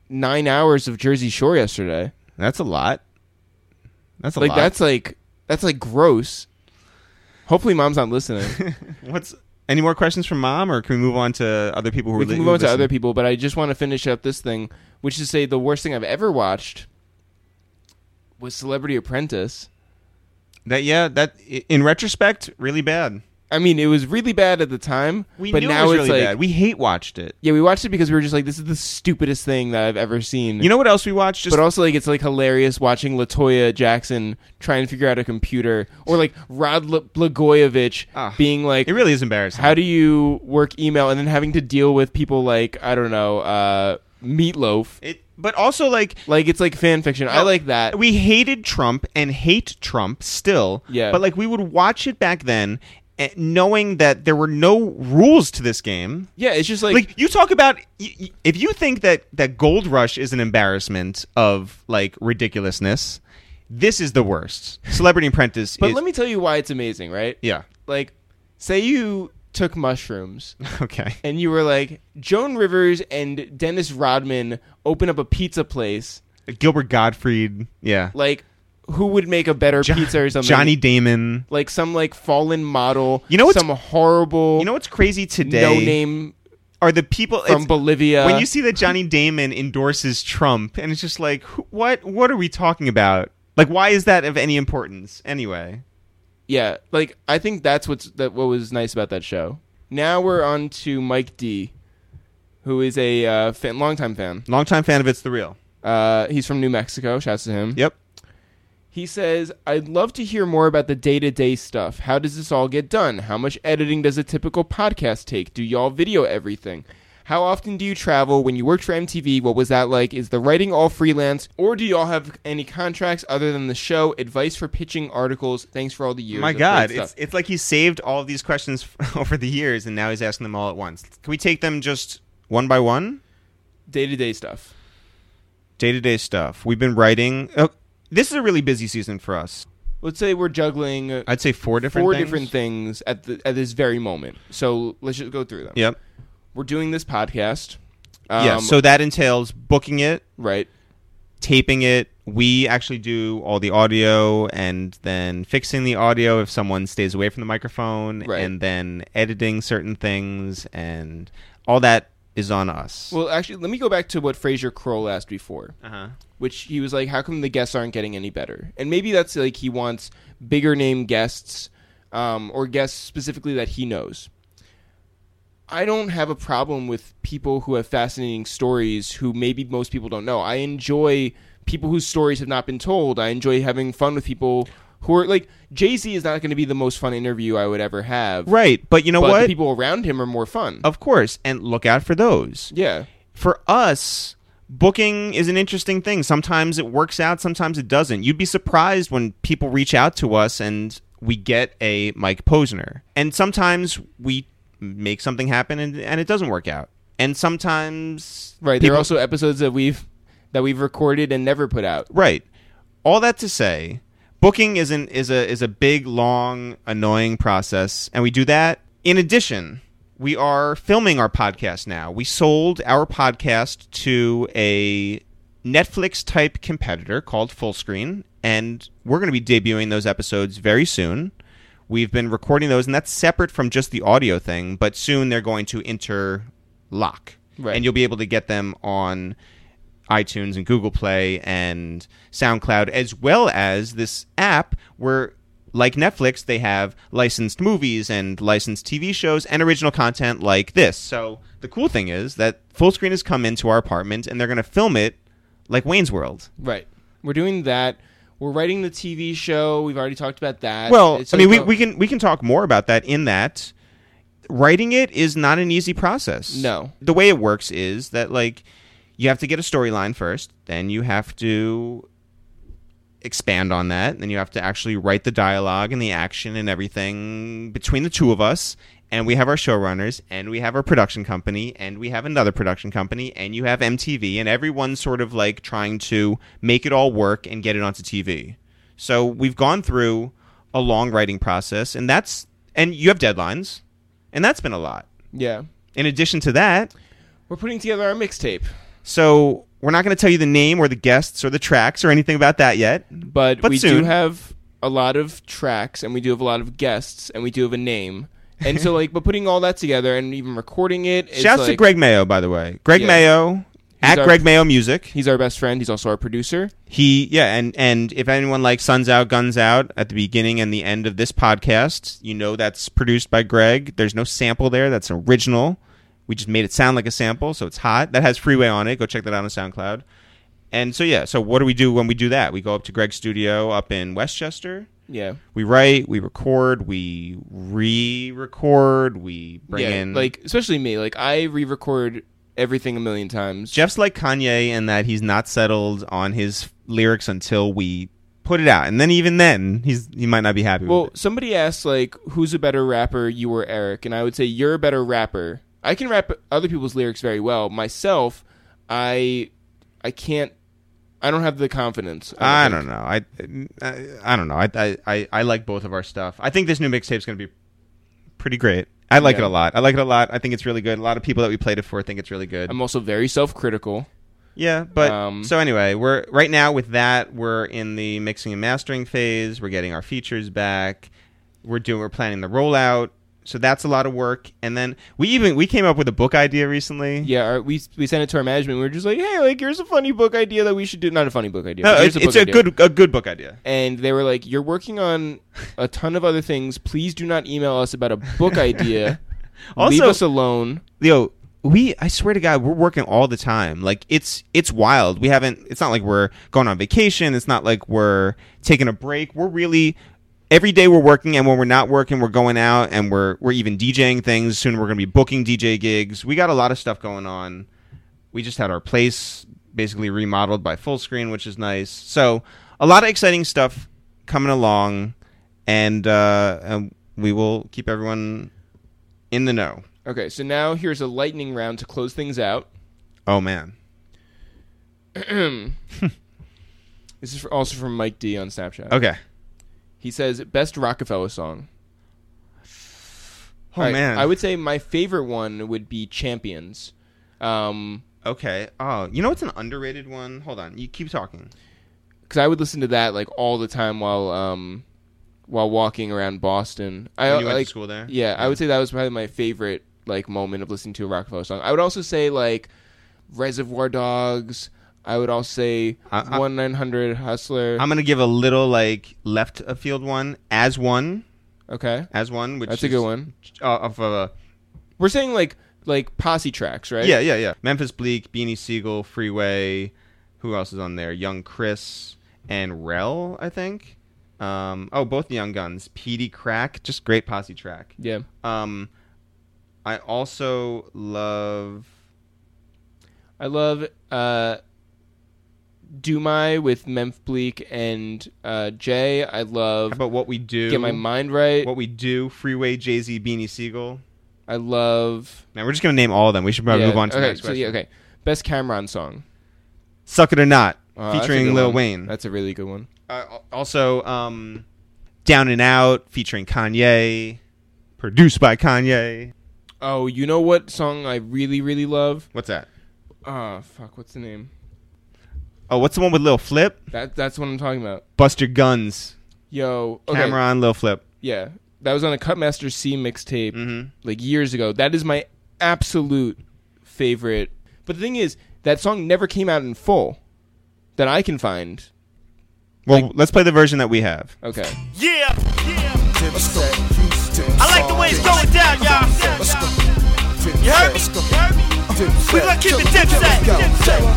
S2: nine hours of Jersey Shore yesterday.
S1: That's a lot. That's a
S2: like
S1: lot.
S2: that's like that's like gross. Hopefully, mom's not listening.
S1: What's any more questions from mom, or can we move on to other people who
S2: we
S1: li-
S2: can
S1: who
S2: move on to
S1: listen?
S2: other people, but I just want to finish up this thing, which is say the worst thing I've ever watched was Celebrity Apprentice.
S1: That yeah, that i- in retrospect, really bad.
S2: I mean, it was really bad at the time,
S1: We
S2: but
S1: knew
S2: now
S1: it was
S2: it's
S1: really
S2: like,
S1: bad. We hate watched it.
S2: yeah, we watched it because we were just like, this is the stupidest thing that I've ever seen.
S1: You know what else we watched? Just
S2: but also like it's like hilarious watching Latoya Jackson try and figure out a computer, or like Rod L- Blagojevich
S1: Ah,
S2: being like,
S1: it really is embarrassing.
S2: how do you work email, and then having to deal with people like I don't know, uh, Meatloaf.
S1: it, but also like
S2: Like it's like fan fiction. I like that.
S1: we hated Trump and hate Trump still.
S2: Yeah.
S1: But like we would watch it back then, eh, knowing that there were no rules to this game.
S2: yeah, it's just like,
S1: like you talk about y- y- if you think that that gold rush is an embarrassment of like ridiculousness this is the worst celebrity apprentice
S2: but
S1: is,
S2: let me tell you why it's amazing, right?
S1: yeah
S2: Like, say you took mushrooms.
S1: okay
S2: and you were like, Joan Rivers and Dennis Rodman open up a pizza place,
S1: gilbert gottfried yeah
S2: like who would make a better
S1: Jo-
S2: pizza or something?
S1: johnny damon
S2: like some like fallen model.
S1: You know what's-
S2: some horrible
S1: you know what's crazy today
S2: no name
S1: are the people
S2: from
S1: it's-
S2: Bolivia.
S1: when you see that johnny damon endorses trump and it's just like who, what what are we talking about like why is that of any importance anyway
S2: yeah, like I think that's what's that what was nice about that show. Now we're on to Mike D, who is a uh, fan, longtime fan.
S1: longtime fan of it's the real
S2: Uh, he's from New Mexico. Shouts to him.
S1: yep
S2: He says, I'd love to hear more about the day to day stuff. How does this all get done? How much editing does a typical podcast take? Do y'all video everything? How often do you travel? When you worked for MTV, what was that like? Is the writing all freelance? Or do y'all have any contracts other than the show? Advice for pitching articles? Thanks for all the years.
S1: My
S2: of great
S1: God,
S2: stuff."
S1: it's it's like he saved all of these questions over the years, and now he's asking them all at once. Can we take them just one by one?
S2: day to day stuff.
S1: Day to day stuff. We've been writing. Oh, this is a really busy season for us.
S2: Let's say we're juggling uh,
S1: I'd say four different
S2: four
S1: things.
S2: different things at, the, at this very moment. So let's just go through them.
S1: Yep.
S2: We're doing this podcast. Um,
S1: yeah. So that entails booking it,
S2: right.
S1: taping it. We actually do all the audio, and then fixing the audio if someone stays away from the microphone,
S2: Right.
S1: and then editing certain things, and all that is on us.
S2: Well, actually, let me go back to what Fraser Kroll asked before,
S1: uh-huh.
S2: which he was like, "How come the guests aren't getting any better?" And maybe that's like he wants bigger name guests, um, or guests specifically that he knows. I don't have a problem with people who have fascinating stories who maybe most people don't know. I enjoy people whose stories have not been told. I enjoy having fun with people who are like Jay Z is not going to be the most fun interview I would ever have.
S1: Right, but you know
S2: But the
S1: what? Uh,
S2: people around him are more fun.
S1: Of course, and look out for those.
S2: yeah.
S1: For us, booking is an interesting thing. Sometimes it works out, sometimes it doesn't. You'd be surprised when people reach out to us and we get a Mike Posner. And sometimes we make something happen and, and it doesn't work out. And sometimes
S2: Right. there are
S1: people-
S2: also episodes that we've that we've recorded and never put out.
S1: Right. All that to say, booking is an, is a is a big, long, annoying process, and we do that. In addition, we are filming our podcast now. We sold our podcast to a Netflix type competitor called Fullscreen, and we're going to be debuting those episodes very soon. We've been recording those, and that's separate from just the audio thing. But soon they're going to interlock,
S2: Right.
S1: and you'll be able to get them on iTunes and Google Play and SoundCloud, as well as this app where, like Netflix, they have licensed movies and licensed TV shows and original content like this. So the cool thing is that full screen has come into our apartment and they're going to film it like Wayne's World.
S2: Right. We're doing that. We're writing the TV show. We've already talked about that.
S1: Well,
S2: It's
S1: I mean,
S2: like
S1: we,
S2: a-
S1: we can we can talk more about that in that writing it is not an easy process.
S2: No.
S1: The way it works is that like you have to get a storyline first, then you have to expand on that, then you have to actually write the dialogue and the action and everything between the two of us. And we have our showrunners, and we have our production company, and we have another production company, and you have MTV, and everyone's sort of like trying to make it all work and get it onto TV. So we've gone through a long writing process, and that's and you have deadlines, and that's been a lot.
S2: Yeah.
S1: In addition to that,
S2: We're putting together our mixtape,
S1: so we're not going to tell you the name or the guests or the tracks or anything about that yet.
S2: but,
S1: But
S2: we do
S1: soon.
S2: have a lot of tracks, and we do have a lot of guests, and we do have a name. And so, like, but putting all that together and even recording it, it's
S1: Shouts to
S2: like-
S1: Greg Mayo, by the way. Greg
S2: Yeah.
S1: Mayo at
S2: our-
S1: Greg Mayo Music.
S2: He's our best friend. He's also our producer.
S1: He yeah, and and if anyone likes Suns Out, Guns Out at the beginning and the end of this podcast, you know that's produced by Greg. There's no sample there. That's original. We just made it sound like a sample, so it's hot. That has Freeway on it. Go check that out on SoundCloud. And so yeah, so what do we do when we do that? We go up to Greg's studio up in Westchester.
S2: Yeah.
S1: we write, we record, we re-record, we bring
S2: yeah,
S1: in
S2: like especially me. Like I re-record everything a million times.
S1: Jeff's like Kanye in that he's not settled on his lyrics until we put it out, and then even then he's he might not be happy.
S2: well,
S1: with it.
S2: somebody asked like, "Who's a better rapper, you or Eric?" And I would say you're a better rapper. I can rap other people's lyrics very well. Myself, I, I can't. I don't have the confidence.
S1: I
S2: think.
S1: don't know. I I, I don't know. I, I I I like both of our stuff. I think this new mixtape's going to be pretty great. I like
S2: Yeah.
S1: it a lot. I like it a lot. I think it's really good. A lot of people that we played it for think it's really good.
S2: I'm also very self-critical.
S1: Yeah, but
S2: Um,
S1: so anyway, we're right now with that. We're in the mixing and mastering phase. We're getting our features back. We're doing. We're planning the rollout. So that's a lot of work. And then we even we came up with a book idea recently.
S2: Yeah, our, we we sent it to our management. We were just like, "Hey, like here's a funny book idea that we should do." Not a funny book idea.
S1: no,
S2: but here's
S1: it's, it's a
S2: idea.
S1: good a good book idea.
S2: and they were like, "You're working on a ton of other things. Please do not email us about a book idea. Leave
S1: Also-
S2: us alone."
S1: Yo, we I swear to God, we're working all the time. Like it's it's wild. We haven't. It's not like we're going on vacation. It's not like we're taking a break. We're really. Every day we're working, and when we're not working, we're going out and we're we're even DJing things. Soon we're going to be booking DJ gigs. We got a lot of stuff going on. We just had our place basically remodeled by full screen, which is nice. So a lot of exciting stuff coming along, and, uh, and we will keep everyone in the know.
S2: Okay, so now here's a lightning round to close things out.
S1: Oh man.
S2: This is for, also from Mike D on Snapchat.
S1: Okay.
S2: He says, "Best Rockefeller song."
S1: Oh
S2: All right,
S1: man.
S2: I would say my favorite one would be "Champions." Um,
S1: Okay. Oh, you know what's an underrated one? Hold on. You keep talking.
S2: because I would listen to that like all the time while um while walking around Boston. I
S1: When you went to
S2: like,
S1: school there?
S2: Yeah, I would say that was probably my favorite like moment of listening to a Rockefeller song. I would also say like Reservoir Dogs. I would also say
S1: I- I-
S2: One Nine Hundred Hustler.
S1: I'm gonna give a little like left of field one as one
S2: okay,
S1: as one, which
S2: that's a
S1: is,
S2: good one.
S1: Uh, of uh,
S2: We're saying like like posse tracks, right?
S1: yeah, yeah, yeah. Memphis Bleak, Beanie Siegel, Freeway. Who else is on there? Young Chris and Rel, I think. Um, oh, both the Young Guns, PD Crack, just great posse track.
S2: yeah.
S1: Um, I also love.
S2: I love uh, Dumai with Memph Bleak and uh, Jay. I
S1: How
S2: love
S1: about what we do?
S2: Get My Mind Right.
S1: What we do? Freeway, Jay Z, Beanie Siegel.
S2: I love
S1: Man, we're just gonna name all of them. We should probably
S2: Yeah,
S1: move on to
S2: okay,
S1: the next
S2: so
S1: question.
S2: yeah, okay. Best Cameron song.
S1: Suck it or not,
S2: Uh, that's a
S1: featuring
S2: good
S1: Lil
S2: one.
S1: Wayne.
S2: That's a really good one.
S1: uh, al- also, um, Down and Out featuring Kanye, produced by Kanye.
S2: Oh, you know what song I really, really love?
S1: What's that?
S2: Ah, fuck, what's the name?
S1: Oh, what's the one with Lil Flip?
S2: That that's what I'm talking about.
S1: Bust Your Guns,
S2: Yo, okay.
S1: Cameron, Lil Flip.
S2: Yeah. That was on a Cutmaster C mixtape
S1: Mm-hmm.
S2: like years ago. That is my absolute favorite. But the thing is, that song never came out in full that I can find.
S1: Well, let's play the version that we have.
S2: Okay.
S5: Yeah, I like the way it's going down, y'all. You heard me? You heard me? We gonna keep it dipset.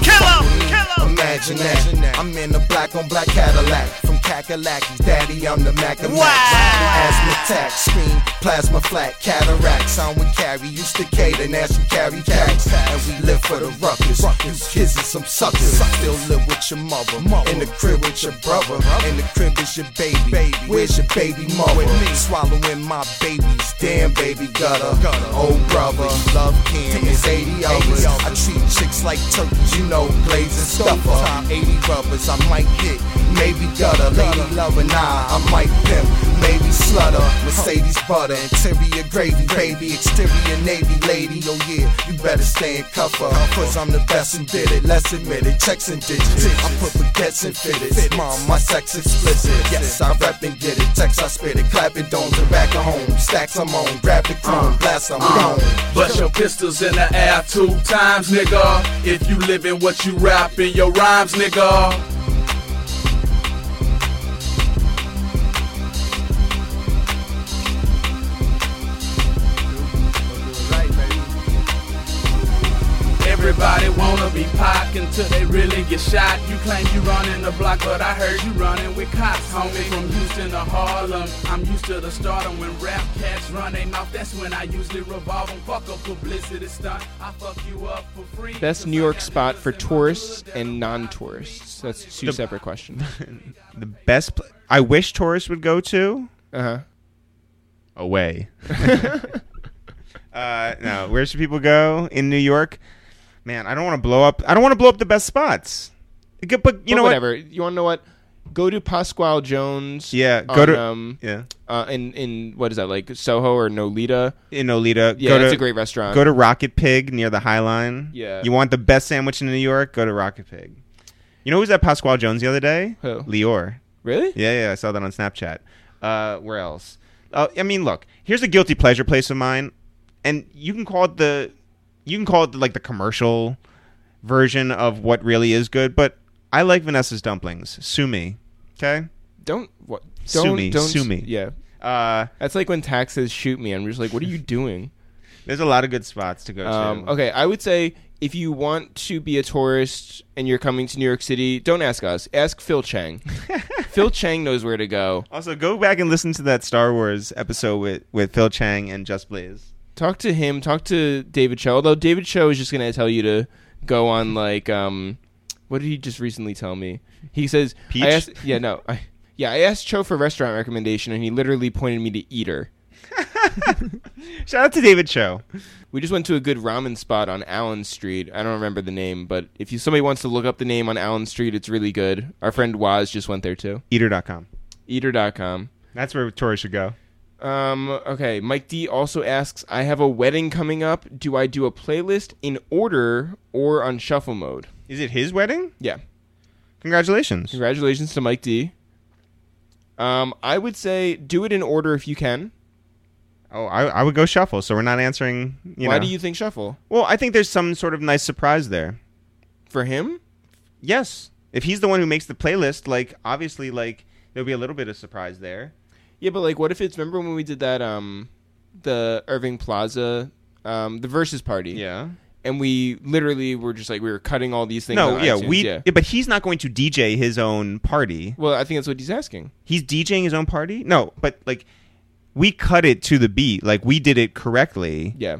S5: Kill 'em, kill 'em.
S7: Imagine that. I'm in a black on black Cadillac from pack of lackeys. Daddy, I'm the Mac of Macs.
S5: Wow.
S7: Asthma attack, scream, plasma flat, cataracts. I would carry, used to cater, now she carry packs. And we live for the ruckus. You kids are some suckers. Still live with your mother. In the crib with your brother. In the crib is your baby. Where's your baby mama? Swallowing my babies. Damn, baby gutter. Oh, brother. Love can is 80 others. I treat chicks like turkeys, you know, blades and stuffer. 80 rubbers, I might hit, maybe gutter. Lady lover, nah, I might pimp, maybe slutter. Mercedes butter, interior gravy, baby, exterior navy lady. Oh yeah, you better stay in cover. Cause I'm the best and did it, let's admit it. Checks and digits, I put baguettes and fitted. Mom, my sex explicit. Yes, I rap and get it. Text, I spit it, clap it, don't and back at home. Stacks I'm on, grab the chrome, blast I'm gone.
S8: Bust your pistols in the air two times, nigga. If you living what you rap in your rhymes, nigga. Everybody wanna be Pac until they really get shot. You claim you running the block, but I heard you running with cops, homie. From Houston to Harlem, I'm used to the stardom. When rap cats run they mouth, that's when I usually revolve 'em. Fuck a publicity stunt, I fuck you up for free.
S2: Best New York spot for tourists and non-tourists. That's two
S1: The-
S2: separate questions.
S1: The best. Pl- I wish tourists would go to
S2: Uh huh.
S1: away. uh, no, where should people go in New York? Man, I don't want to blow up. I don't want to blow up the best spots. G- But you know
S2: but
S1: what?
S2: whatever. You want to know what? Go to Pasquale Jones.
S1: Yeah,
S2: on,
S1: go to-
S2: um,
S1: Yeah,
S2: uh, in in what is that like Soho or Nolita?
S1: in Olita.
S2: Yeah,
S1: go
S2: that's
S1: to,
S2: a great restaurant.
S1: Go to Rocket Pig near the High Line.
S2: Yeah.
S1: You want the best sandwich in New York? Go to Rocket Pig. You know who was at Pasquale Jones the other day?
S2: Who?
S1: Lior.
S2: really?
S1: Yeah, yeah, I saw that on Snapchat. Uh, where else? Uh, I mean, look, here's a guilty pleasure place of mine, and you can call it the, you can call it like the commercial version of what really is good, but I like Vanessa's dumplings. Sue me, okay?
S2: Don't what?
S1: Sue
S2: Don't,
S1: me,
S2: Don't,
S1: sue me.
S2: Yeah,
S1: Uh,
S2: that's like when tax says shoot me. I'm just like, what are you doing?
S1: there's a lot of good spots to go
S2: um,
S1: to.
S2: okay, I would say if you want to be a tourist and you're coming to New York City, don't ask us. Ask Phil Chang. Phil Chang knows where to go.
S1: Also, go back and listen to that Star Wars episode with with Phil Chang and Just Blaze.
S2: Talk to him. Talk to David Cho. Although David Cho is just going to tell you to go on like um, what did he just recently tell me? He says,
S1: Peach?
S2: I asked, yeah, no, I, yeah, I asked Cho for restaurant recommendation, and he literally pointed me to Eater.
S1: Shout out to David Cho.
S2: We just went to a good ramen spot on Allen Street. I don't remember the name, but if you somebody wants to look up the name on Allen Street, it's really good. Our friend Waz just went there too.
S1: Eater.com.
S2: Eater.com.
S1: That's where tourists should go.
S2: Um, okay. Mike D also asks, I have a wedding coming up. Do I do a playlist in order or on shuffle mode?
S1: Is it his wedding?
S2: Yeah.
S1: Congratulations.
S2: Congratulations to Mike D. Um, I would say do it in order if you can.
S1: Oh, I, I would go shuffle. So we're not answering. You
S2: Why
S1: know.
S2: do you think shuffle?
S1: Well, I think there's some sort of nice surprise there.
S2: For him?
S1: Yes, if he's the one who makes the playlist, like obviously, like there'll be a little bit of surprise there.
S2: Yeah, but like what if it's remember when we did that um the Irving Plaza um the versus party?
S1: Yeah.
S2: And we literally were just like we were cutting all these things.
S1: No,
S2: on
S1: yeah,
S2: iTunes,
S1: we.
S2: yeah.
S1: But he's not going to DJ his own party.
S2: Well, I think that's what he's asking.
S1: He's DJing his own party. No, but like we cut it to the beat. Like we did it correctly.
S2: Yeah.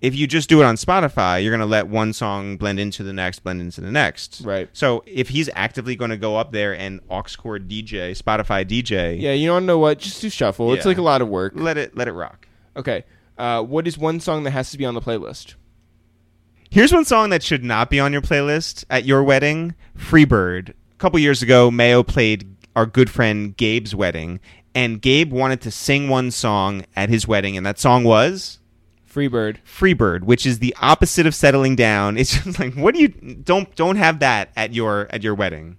S1: if you just do it on Spotify, you're going to let one song blend into the next, blend into the next.
S2: Right.
S1: So if he's actively going to go up there and aux chord DJ, Spotify DJ,
S2: Yeah, you don't know what? Just do shuffle. It's
S1: Yeah.
S2: like a lot of work.
S1: let it let it rock.
S2: Okay. Uh, what is one song that has to be on the playlist?
S1: Here's one song that should not be on your playlist at your wedding, Freebird. A couple years ago, Mayo played our good friend Gabe's wedding, and Gabe wanted to sing one song at his wedding, and that song was
S2: Freebird.
S1: Freebird, which is the opposite of settling down. It's just like, what do you don't don't have that at your at your wedding.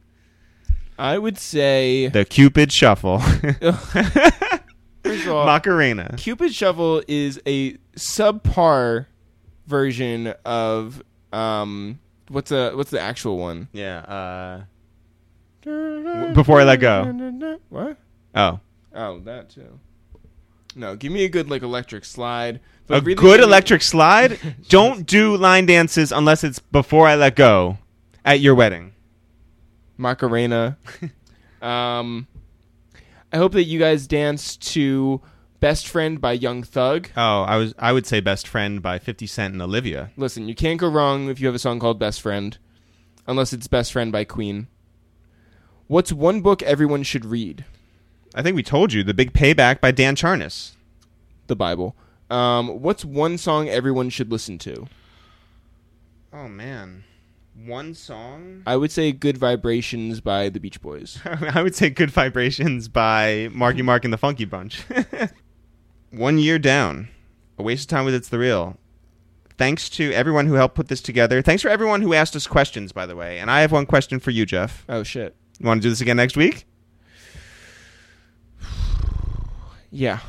S2: I would say
S1: The Cupid Shuffle.
S2: first of all,
S1: Macarena.
S2: Cupid Shuffle is a subpar version of um what's the what's the actual one?
S1: Yeah. Uh, Before I Let Go.
S2: What?
S1: oh.
S2: Oh, that too. No, give me a good like electric slide.
S1: A
S2: really
S1: good
S2: give me-
S1: electric slide. Don't do line dances unless it's Before I Let Go at your wedding.
S2: Macarena. um, I hope that you guys dance to Best Friend by Young Thug.
S1: Oh, I was I would say Best Friend by 50 Cent and Olivia.
S2: Listen, you can't go wrong if you have a song called Best Friend, unless it's Best Friend by Queen. What's one book everyone should read?
S1: I think we told you The Big Payback by Dan Charnas.
S2: The Bible. Um, what's one song everyone should listen to?
S1: Oh man. One song?
S2: I would say Good Vibrations by the Beach Boys.
S1: I would say Good Vibrations by Marky Mark and the Funky Bunch. One year down. A waste of time with It's the Real. Thanks to everyone who helped put this together. Thanks for everyone who asked us questions, by the way. And I have one question for you, Jeff.
S2: Oh shit.
S1: You want to do this again next week?
S2: Yeah.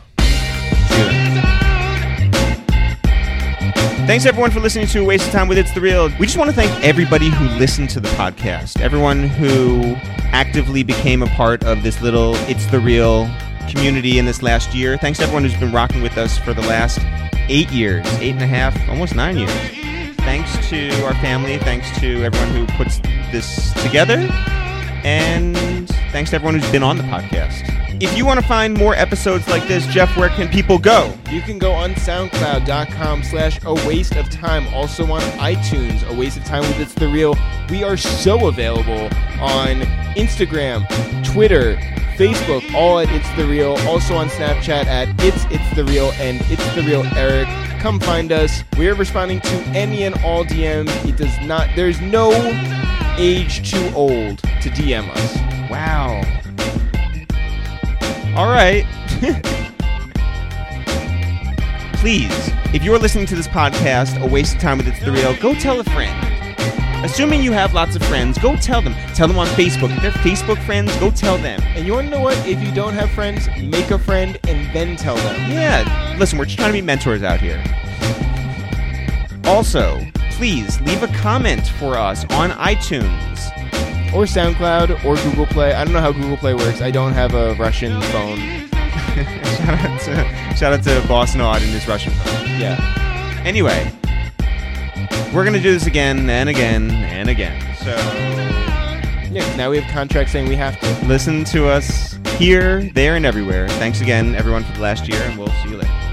S1: Thanks everyone for listening to Waste of Time with It's the Real. We just want to thank everybody who listened to the podcast, everyone who actively became a part of this little It's the Real community in this last year. Thanks to everyone who's been rocking with us for the last eight years, eight and a half, almost nine years. Thanks to our family, thanks to everyone who puts this together. And thanks to everyone who's been on the podcast. If you want to find more episodes like this, Jeff, where can people go?
S2: You can go on SoundCloud.com slash A Waste of Time. Also on iTunes, A Waste of Time with It's The Real. We are so available on Instagram, Twitter, Facebook, all at It's The Real. Also on Snapchat at It's It's The Real and It's The Real Eric. Come find us. We're responding to any and all DMs. It does not, there's no age too old to DM us.
S1: Wow. All right. Please, if you're listening to this podcast, a waste of time with It's The Real, go tell a friend. Assuming you have lots of friends, go tell them. Tell them on Facebook. If they're Facebook friends, go tell them.
S2: And you want to know what? If you don't have friends, make a friend and then tell them.
S1: Yeah, listen, we're just trying to be mentors out here. Also, please leave a comment for us on iTunes.
S2: Or SoundCloud or Google Play. I don't know how Google Play works. I don't have a Russian phone.
S1: shout out to shout out to Boss Nod and his Russian phone.
S2: Yeah.
S1: Anyway, we're gonna do this again and again and again. So
S2: Yeah, now we have contracts saying we have to.
S1: listen to us here, there, and everywhere. Thanks again, everyone, for the last year, and we'll see you later.